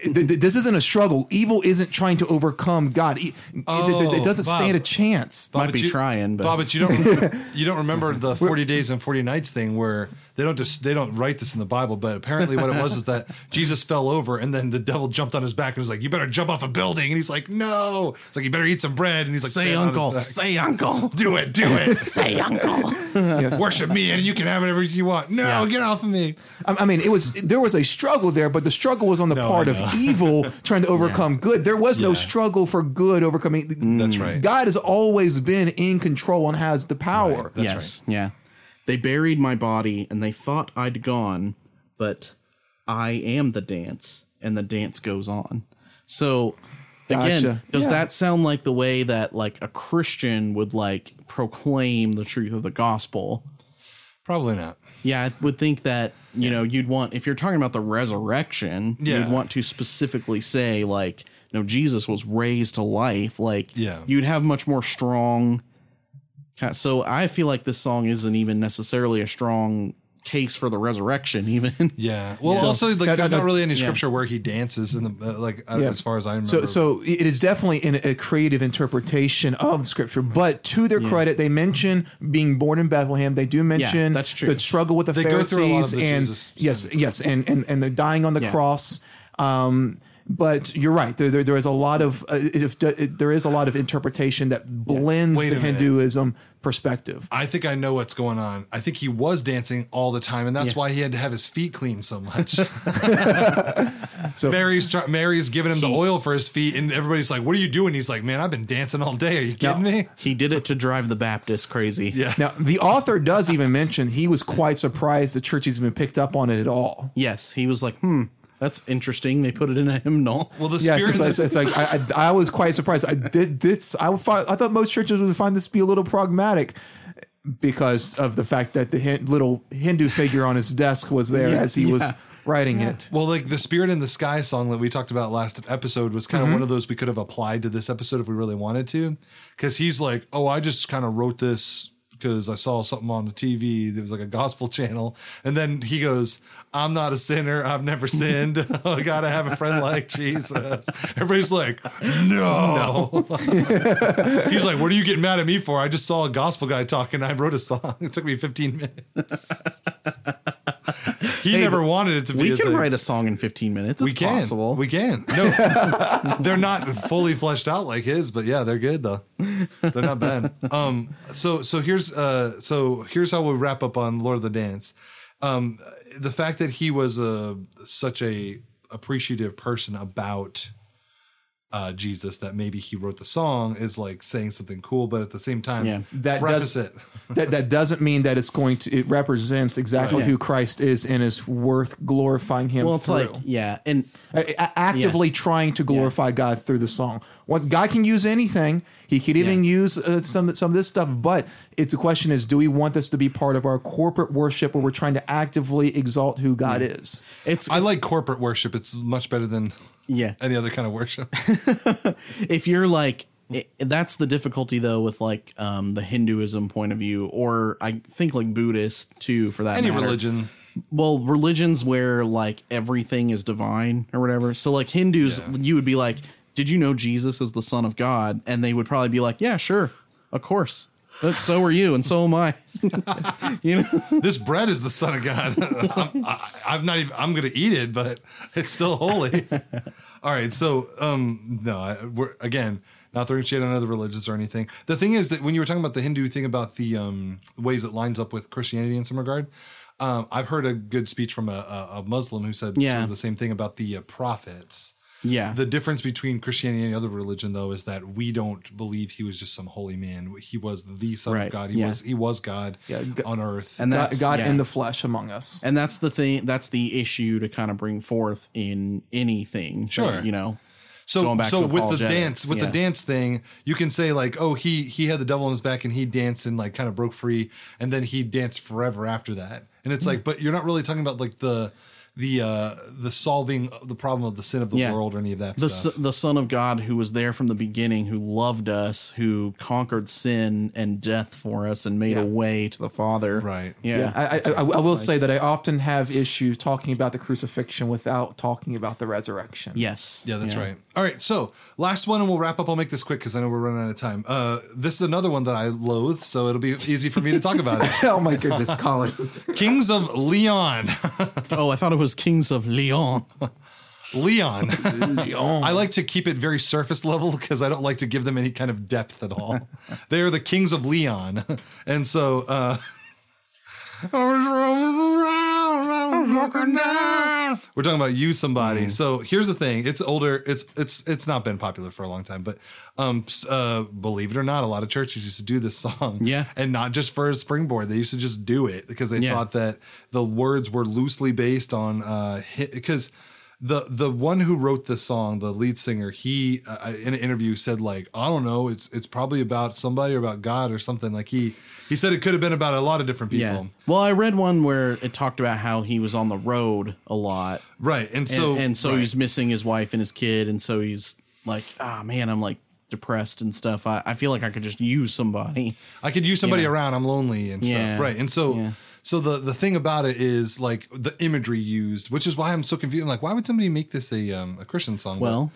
S3: Th- th- This isn't a struggle. Evil isn't trying to overcome God. E- It, it- it doesn't
S1: Oh, Bob.
S3: stand a chance.
S1: Bob,
S2: Might
S1: but
S2: be
S1: you-
S2: trying, but-
S1: Bob, but you
S2: (laughs)
S1: don't you don't remember the forty days and forty nights thing where they don't just they don't write this in the Bible, but apparently what it was is
S2: (laughs)
S1: that Jesus fell over and then the devil jumped on his back and was like, "You better jump off a building," and he's like, "No," it's like you better eat some bread, and he's like,
S2: Say
S1: standing on his
S2: uncle.
S1: back.
S2: Say uncle.
S1: do it, do
S2: (laughs)
S1: it,
S2: Say uncle.
S3: Yes.
S1: worship me, and you can have whatever you want." No,
S2: Yeah.
S1: get off of me.
S3: I I mean, it was there was a struggle there, but the struggle was on the
S1: No,
S3: part
S1: I
S3: of
S1: know. (laughs)
S3: evil trying to overcome good. There was no
S1: Yeah.
S3: struggle for good overcoming.
S1: That's right.
S3: God has always been in control and has the power.
S1: Right. That's
S2: yes. Yeah. They buried my body and they thought I'd gone, but I am the dance and the dance goes on. So again,
S3: Gotcha.
S2: does
S3: Yeah.
S2: that sound like the way that like a Christian would like proclaim the truth of the gospel?
S1: Probably not.
S2: Yeah, I would think that, you know, you'd want if you're talking about the resurrection,
S1: Yeah.
S2: you'd want to specifically say like no, Jesus was raised to life. Like,
S1: Yeah.
S2: you'd have much more strong. ki- So I feel like this song isn't even necessarily a strong case for the resurrection. (laughs) Even
S1: Yeah. Well,
S3: So-
S1: also like
S3: No, no,
S1: there's
S3: no.
S1: not really any scripture where he dances in the uh, like uh,
S3: Yeah.
S1: as far as I remember.
S3: So, so it is definitely in a creative interpretation of the scripture. But to their credit, they mention being born in Bethlehem. They do mention
S2: that's true.
S3: the struggle with the
S1: They go
S3: Pharisees
S1: through a lot of the
S3: and
S1: Jesus
S3: yes, yes, and and and the dying on the
S2: Yeah.
S3: cross. Um, but you're right. There, there, there is a lot of uh, if there is a lot of interpretation that blends
S1: Wait
S3: the
S1: a minute.
S3: Hinduism perspective.
S1: I think I know what's going on. I think he was dancing all the time, and that's why he had to have his feet cleaned so much.
S3: (laughs)
S1: (laughs)
S3: So-
S1: Mary's try- Mary's giving him the oil for his feet, and everybody's like, "What are you doing?" He's like, "Man, I've been dancing all day. Are you kidding me?"
S2: he did it to drive the Baptist crazy.
S1: Yeah.
S3: Now, the author does even mention he was quite surprised the church even picked up on it at all.
S2: Yes, he was like, hmm, that's interesting. They put it in a hymnal.
S1: Well, the
S3: Yes,
S1: spirit.
S3: it's, it's, it's like I, I, I was quite surprised. I did this. I would find, I thought most churches would find this to be a little pragmatic because of the fact that the hin, little Hindu figure on his desk was there
S2: Yeah,
S3: as he was
S2: yeah.
S3: writing it.
S1: well, like the spirit in the sky song that we talked about last episode was
S2: Mm-hmm.
S1: kind of one of those we could have applied to this episode if we really wanted to, because he's like, "Oh, I just kind of wrote this." Because I saw something on the TV, there was like a gospel (laughs) channel, and then he goes, "I'm not a sinner. I've
S2: (laughs)
S1: never sinned. Oh, I gotta have a friend like Jesus." Everybody's like, "No." (laughs) he's like, "What are you getting mad at me for? I just saw a gospel guy talking. I wrote a song. (laughs) It took me 15 minutes." (laughs) he never wanted it to be.
S2: we
S1: a
S2: can
S1: thing
S2: write a song in 15 minutes. It's
S1: we can.
S2: possible.
S1: We can. No, (laughs) they're not fully fleshed out like his, but yeah, they're good though. They're not bad. Um, so so here's uh, so here's how we wrap up on Lord of the Dance. Um, the fact that he was a such a appreciative person about uh, Jesus that maybe he wrote the song is like saying something cool, but at the same time,
S2: Yeah.
S3: That
S1: preface
S3: does-
S1: it.
S3: That that doesn't mean that it's going to. It represents exactly
S2: Right.
S3: who Christ is and is worth glorifying Him.
S2: well, it's
S3: through.
S2: like, yeah. And
S3: A- a- actively trying to glorify God through the song. Once God can use anything, He could even use uh, some some of this stuff. But it's the question is, do we want this to be part of our corporate worship where we're trying to actively exalt who God is?
S2: it's,
S1: I like corporate worship. It's much better than
S2: yeah.
S1: any other kind of
S2: (laughs)
S1: worship.
S2: if you're like it, that's the difficulty though with like um the hinduism point of view or i think like buddhist too for that
S1: Any
S2: matter.
S1: religion.
S2: well religions where like everything is divine or whatever so like hindus you would be like did you know jesus is the son of god and they would probably be like yeah sure of course but so are you and so am i (laughs) you know
S1: this bread is the son of God. (laughs) I'm, I, I'm not even. I'm going to eat it, but it's still holy. (laughs) All right. So, um, no, I, we're again not throwing shade on other religions or anything. The thing is that when you were talking about the Hindu thing about the um, ways it lines up with Christianity in some regard, um, I've heard a good speech from a, a, a Muslim who said sort
S2: Yeah.
S1: of the same thing about the uh, prophets.
S2: yeah
S1: The difference between Christianity and any other religion, though, is that we don't believe he was just some holy man. He was the son of
S2: Right,
S1: God. He
S2: yeah.
S1: was he was God
S3: G-
S1: on earth.
S2: And
S3: God,
S2: that's-
S3: God
S2: yeah.
S3: in the flesh among us.
S2: and that's the thing that's the issue to kind of bring forth in anything
S1: Sure.
S2: you know
S1: So,
S2: going back
S1: so
S2: to
S1: with the
S2: apologetics,
S1: dance, with
S2: yeah.
S1: the dance thing, you can say like, "Oh, he he had the devil on his back and he danced and like kind
S2: Hmm.
S1: of broke free, and then he danced forever after that." And it's like, but you're not really talking about like the the uh, the solving of the problem of the sin of the
S2: Yeah.
S1: world or any of that
S2: the,
S1: stuff.
S2: S- the Son of God who was there from the beginning, who loved us, who conquered sin and death for us, and made a way to the Father.
S1: Right.
S2: Yeah.
S3: Yeah, I, I, I, I will say that I often have issue talking about the crucifixion without talking about the resurrection.
S2: yes.
S1: Yeah, that's right. All right, so last one, and we'll wrap up. I'll make this quick because I know we're running out of time. Uh, this is another one that I loathe, so it'll be easy for me to talk about
S2: (laughs)
S1: it.
S3: (laughs) Oh my goodness, Colin.
S1: Kings of Leon,
S2: Oh, I thought it was Kings of
S1: (laughs)
S2: Leon.
S1: Leon. I like to keep it very surface level because I don't like to give them any kind of depth at all. they are the Kings of Leon, and so. Uh, (laughs) We're talking about you,
S2: Mm.
S1: somebody. So here's the thing: it's older. It's it's it's not been popular for a long time, but um, s- uh, believe it or not, a lot of churches used to do this (laughs) song.
S2: Yeah.
S1: and not just for a springboard. They used to just do it because they
S2: Yeah.
S1: thought that the words were loosely based on uh, because. The, the one who wrote the song, the lead singer, he uh, in an interview said like I don't know, it's it's probably about somebody or about God or something. Like he he said it could have been about a lot of different people.
S2: Yeah. Well, I read one where it talked about how he was on the road a lot.
S1: Right. And
S2: And
S1: so
S2: and, so
S1: right.
S2: he's missing his wife and his kid, and so he's like, ah man, I'm like depressed and stuff. I, I feel like I could just use somebody.
S1: I could use somebody
S2: Yeah.
S1: around. I'm lonely and stuff.
S2: Yeah.
S1: Right. And so
S2: Yeah.
S1: so the the thing about it is like the imagery used, which is why I'm so confused. I'm like, why would somebody make this a um, a Christian song? But
S2: Well,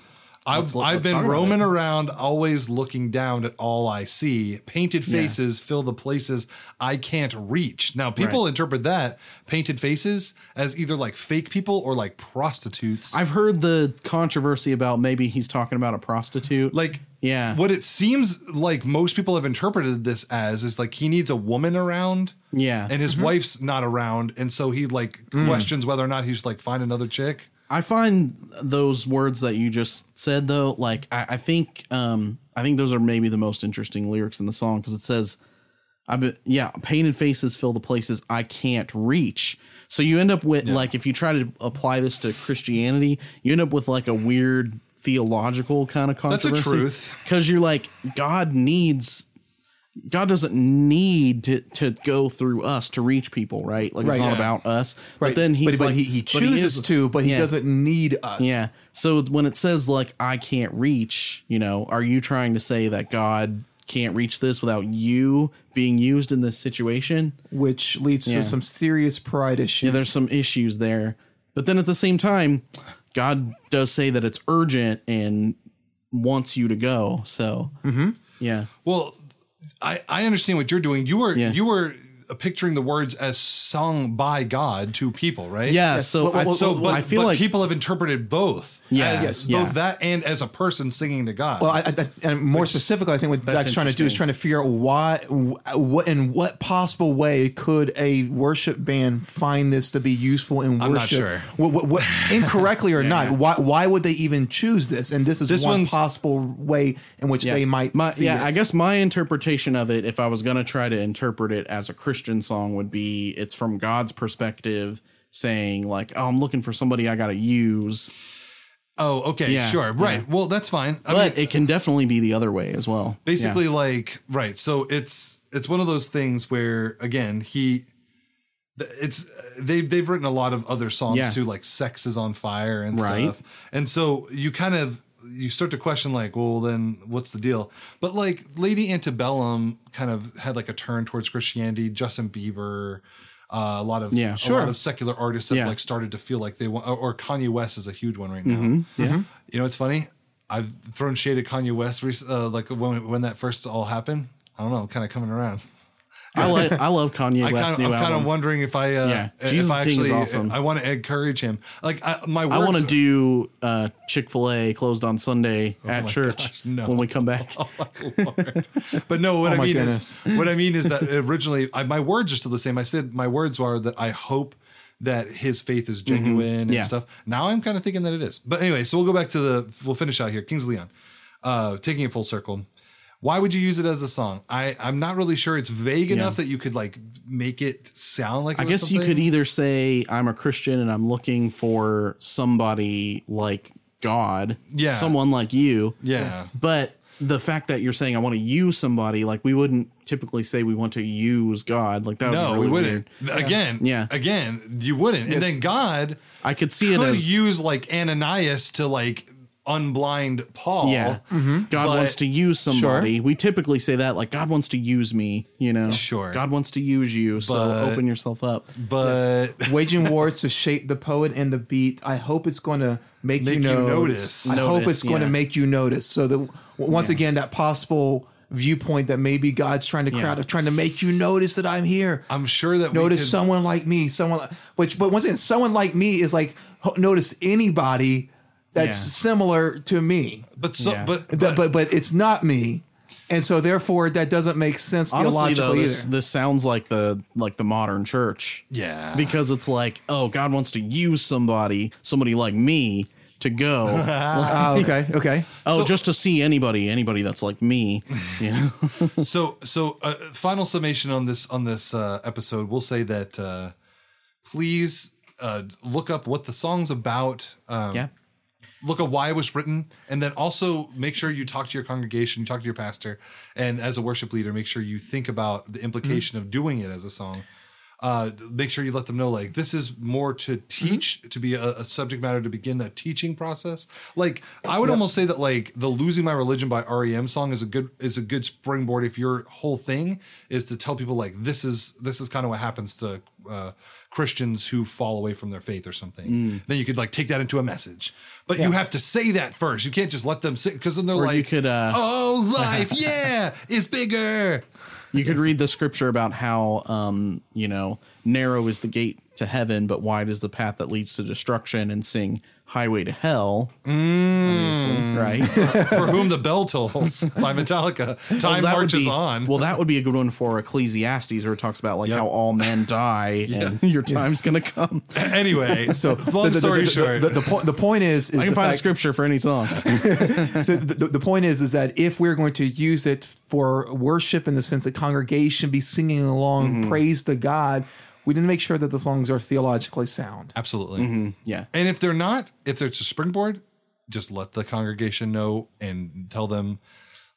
S1: I've
S2: let's- let's
S1: I've
S2: talk
S1: been
S2: about
S1: roaming
S2: it.
S1: around, always looking down at all I see. Painted faces fill the places I can't reach. Now people
S2: Right.
S1: interpret that painted faces as either like fake people or like prostitutes.
S2: I've heard the controversy about maybe he's talking about a prostitute.
S1: like
S2: Yeah.
S1: what it seems like most people have interpreted this as is like he needs a woman around
S2: Yeah. Mm.
S1: and his wife's not around and so he like questions whether or not he should like find another chick
S2: I find those words that you just said though, like I, I think um I think those are maybe the most interesting lyrics in the song because it says I've been yeah, painted faces fill the places I can't reach. So you end up with like if you try to apply this to Christianity, you end up with like a weird theological kind of
S1: a
S2: controversy.
S1: truth.
S2: Because you're like, God needs God doesn't need to, to go through us to reach people, right? Like
S3: Right.
S2: it's not
S3: Yeah.
S2: about us.
S3: Right.
S2: But then he's
S3: but
S2: like
S3: he, he
S2: but he
S3: chooses
S2: is-
S3: to, but he
S2: yeah.
S3: doesn't need us.
S2: Yeah. So it's- when it says like I can't reach, you know, are you trying to say that God can't reach this without you being used in this situation?
S3: Which leads
S2: Yeah.
S3: to some serious pride issues.
S2: Yeah, there's some issues there. But then at the same time, God does say that it's urgent and wants you to go. So
S3: Mm-hmm.
S2: yeah.
S1: well i i understand what you're doing you were
S2: Yeah.
S1: you were picturing the words as sung by god to people right
S2: Yeah. So
S3: Well, well,
S2: I-
S3: well,
S1: so
S2: so
S1: but,
S2: I feel
S1: but
S2: like
S1: people have interpreted both
S2: Yeah.
S1: as
S2: Yes.
S1: both
S2: Yeah.
S1: that and as a person singing to god
S3: Well, I, I, and more specifically, I think what Zach's trying to do is
S2: interesting.
S3: trying to figure out why, what, in what possible way could a worship band find this to be useful in
S1: I'm not
S3: worship?
S1: sure.
S3: What, what, what, incorrectly or not? Why, why would they even choose this? And this is
S1: This
S3: one
S1: one's-
S3: possible way in which they might.
S2: My-
S3: see
S2: yeah,
S3: it.
S2: I guess my interpretation of it, if I was going to try to interpret it as a Christian song, would be it's from God's perspective saying, like, oh, I'm looking for somebody I got to use.
S1: oh okay
S2: Yeah.
S1: sure right well that's fine I
S2: But it can definitely be the other way as well.
S1: basically like right so it's it's one of those things where again he th- it's they they've written a lot of other songs
S2: Yeah.
S1: too like sex is on fire and
S2: Right.
S1: stuff and so you kind of you start to question like well then what's the deal but like lady antebellum kind of had like a turn towards christianity justin bieber uh, a lot of
S2: Yeah.
S1: a
S2: Sure.
S1: lot of secular artists have
S2: Yeah.
S1: like started to feel like they want or, or kanye west is a huge one right now
S2: yeah. Yeah.
S1: you know, it's funny. I've thrown shade at Kanye West, rec- uh, like when when that first all happened. I don't know. I'm kind of coming around.
S2: I, like, I love Kanye
S1: (laughs) I
S2: West's
S1: kind of,
S2: new
S1: I'm kind
S2: album.
S1: of wondering if I, uh,
S2: Yeah,
S1: if
S2: Jesus
S1: I
S2: King is
S1: actually,
S2: awesome.
S1: I want to encourage him. Like I, my, works,
S2: I want to do uh, Chick fil A closed on Sunday at
S1: Oh my
S2: church
S1: gosh, no. Oh,
S2: when we
S1: (laughs)
S2: come back.
S1: but no. What I
S3: Oh my
S1: mean
S3: goodness.
S1: is, what I mean is that originally I, my words are still the same. I said my words are that I hope that his faith is genuine and
S2: Mm-hmm. Yeah.
S1: stuff. Now I'm kind of thinking that it is. But anyway, so we'll go back to the, we'll finish out here. Kings of Leon, uh, taking it full circle. Why would you use it as a song? I, I'm not really sure. It's vague enough that you could like make it sound like. It
S2: I
S1: was
S2: guess you
S1: something.
S2: could either say I'm a Christian and I'm looking for somebody like God,
S1: Yeah.
S2: someone like you,
S1: Yeah. Yes.
S2: But the fact that you're saying I want to use somebody, like we wouldn't typically say we want to use God. Like that would
S1: No,
S2: be really
S1: we
S2: weird.
S1: wouldn't. Again,
S2: Yeah.
S1: again, you wouldn't. And then God
S2: I could see it
S1: could
S2: as
S1: use like Ananias to like unblind Paul.
S2: yeah. God
S1: Mm-hmm. but-
S2: wants to use somebody. We typically say that like God wants to use me, you know.
S1: Sure.
S2: God wants to use you, so
S1: But-
S2: open yourself up.
S1: But
S3: Waging wars to shape the poet and the beat. I hope it's going to make,
S1: Make
S3: you
S1: you notice.
S3: notice. I hope
S2: Notice,
S3: it's going
S2: yeah.
S3: to make you notice. So that w- once again, that possible viewpoint that maybe God's trying to crowd of trying to make you notice that I'm here.
S1: I'm sure that we
S3: notice
S1: could,
S3: someone like me, someone like, which, but once again, someone like me is like ho- notice anybody that's
S2: Yeah.
S3: similar to me,
S1: but so,
S2: Yeah.
S1: but,
S3: but, but but it's not me, and so therefore that doesn't make sense
S2: Honestly though,
S3: theologically
S2: this,
S3: either.
S2: this sounds like the like the modern church.
S1: yeah,
S2: because it's like, oh, God wants to use somebody, somebody like me, to go.
S1: (laughs)
S2: Like,
S3: Ah, okay, okay.
S2: oh,
S1: So-
S2: just to see anybody, anybody that's like me. (laughs)
S1: (laughs)
S2: Yeah.
S1: so so uh, final summation on this on this uh, episode we'll say that uh, please uh, look up what the song's about um,
S2: yeah.
S1: look at why it was written and then also make sure you talk to your congregation you talk to your pastor and as a worship leader make sure you think about the implication
S2: Mm-hmm.
S1: of doing it as a song uh, make sure you let them know like this is more to teach
S2: Mm-hmm.
S1: to be a, a subject matter to begin a teaching process like i would almost say that like the losing my religion by rem song is a good is a good springboard if your whole thing is to tell people like this is this is kind of what happens to uh, christians who fall away from their faith or something
S2: Mm.
S1: then you could like take that into a message but you have to say that first you can't just let them sit because then they're
S2: Or
S1: like
S2: you could uh,
S1: oh life yeah is bigger
S2: you could read the scripture about how um, you know, narrow is the gate to heaven, but wide is the path that leads to destruction and sing highway to hell.
S1: Mm. (laughs)
S2: Obviously, right.
S1: for whom the bell tolls (laughs) by Metallica. Time
S2: that would
S1: marches
S2: be-
S1: on.
S2: Well, that would be a good one for Ecclesiastes, where it talks about like
S1: Yep.
S2: how all men
S1: (laughs)
S2: die and your time's gonna come.
S1: (laughs)
S3: (laughs)
S1: anyway,
S2: (laughs)
S1: so long
S3: the, the-
S1: story
S3: the, the,
S1: short,
S3: the, the, po- the point is, is
S2: I can
S3: the
S2: find a
S3: fact-
S2: scripture for any song. (laughs)
S3: the, the, the point is is that if we're going to use it for worship in the sense that congregation be singing along
S2: Mm-hmm.
S3: praise to god we need to make sure that the songs are theologically sound
S1: absolutely.
S3: Mm-hmm.
S2: yeah.
S1: And if they're not, if it's a springboard, just let the congregation know and tell them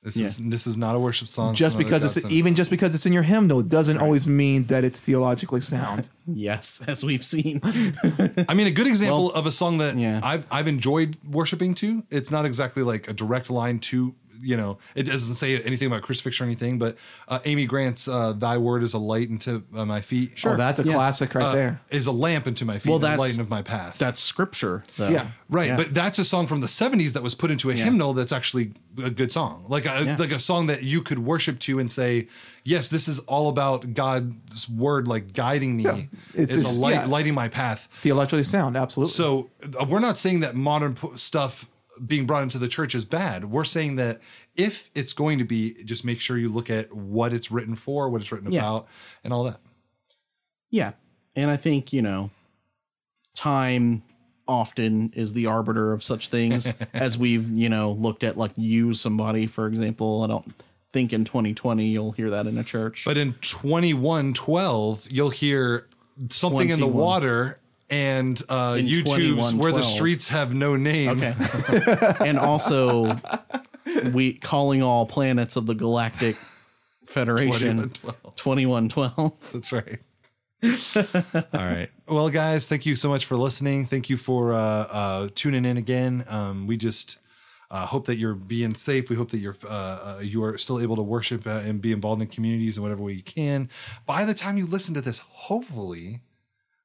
S1: this is this is not a worship song.
S3: just
S1: some other
S3: because
S1: God
S3: it's
S1: sent it.
S3: even just because it's in your hymnal doesn't always mean that it's theologically sound
S2: Yes, as we've seen.
S1: I mean, a good example of a song that
S2: yeah.
S1: I've I've enjoyed worshiping to. It's not exactly like a direct line to you know. It doesn't say anything about crucifixion or anything, but uh, Amy Grant's uh, "Thy Word is a light into uh, my feet."
S3: oh that's a
S2: Yeah.
S3: classic right
S1: uh,
S3: there
S1: is a lamp into my feet,
S2: Well,
S1: and a
S2: that's-
S1: light of my path.
S2: That's scripture, though.
S3: Yeah.
S1: Right, but that's a song from the '70s that was put into a hymnal. That's actually a good song, like a like a song that you could worship to and say, "Yes, this is all about God's word, like guiding me. It's,
S3: It's- it's-
S1: a light,
S3: yeah.
S1: lighting my path."
S3: theologically sound absolutely
S1: So uh, we're not saying that modern po- stuff being brought into the church is bad. We're saying that if it's going to be, just make sure you look at what it's written for, what it's written
S2: Yeah.
S1: about, and all that.
S2: Yeah. And I think, you know, time often is the arbiter of such things as we've, you know, looked at like use somebody, for example. I don't think in 2020 you'll hear that in a church.
S1: But in 2112, you'll hear something in the
S2: 21.
S1: water and uh,
S2: In
S1: YouTube's Where the
S2: 2112.
S1: Streets Have No Name.
S2: okay. and also we calling all planets of the galactic federation
S1: 2112.
S2: 2112.
S1: (laughs) That's right. All right. Well, guys, thank you so much for listening. Thank you for uh, uh, tuning in again. Um, we just uh, hope that you're being safe. We hope that you're uh, uh, you are still able to worship uh, and be involved in communities in whatever way you can. By the time you listen to this, hopefully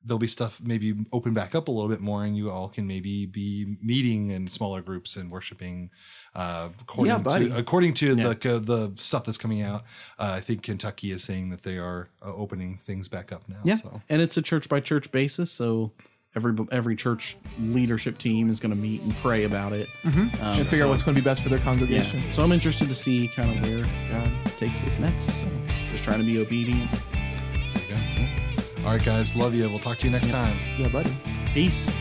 S1: there'll be stuff maybe open back up a little bit more, and you all can maybe be meeting in smaller groups and worshiping. Uh, according
S3: Yeah, buddy.
S1: to according to the the stuff that's coming out, uh, I think Kentucky is saying that they are uh, opening things back up now.
S2: Yeah,
S1: So.
S2: and it's a church by church basis, so every every church leadership team is going to meet and pray about it. Um,
S3: and figure out what's going to be best for their
S2: yeah.
S3: congregation
S2: So I'm interested to see kind of where God takes us next. So just trying to be obedient.
S1: There you go. All right, guys. Love you. We'll talk to you next time.
S3: yeah buddy
S2: Peace.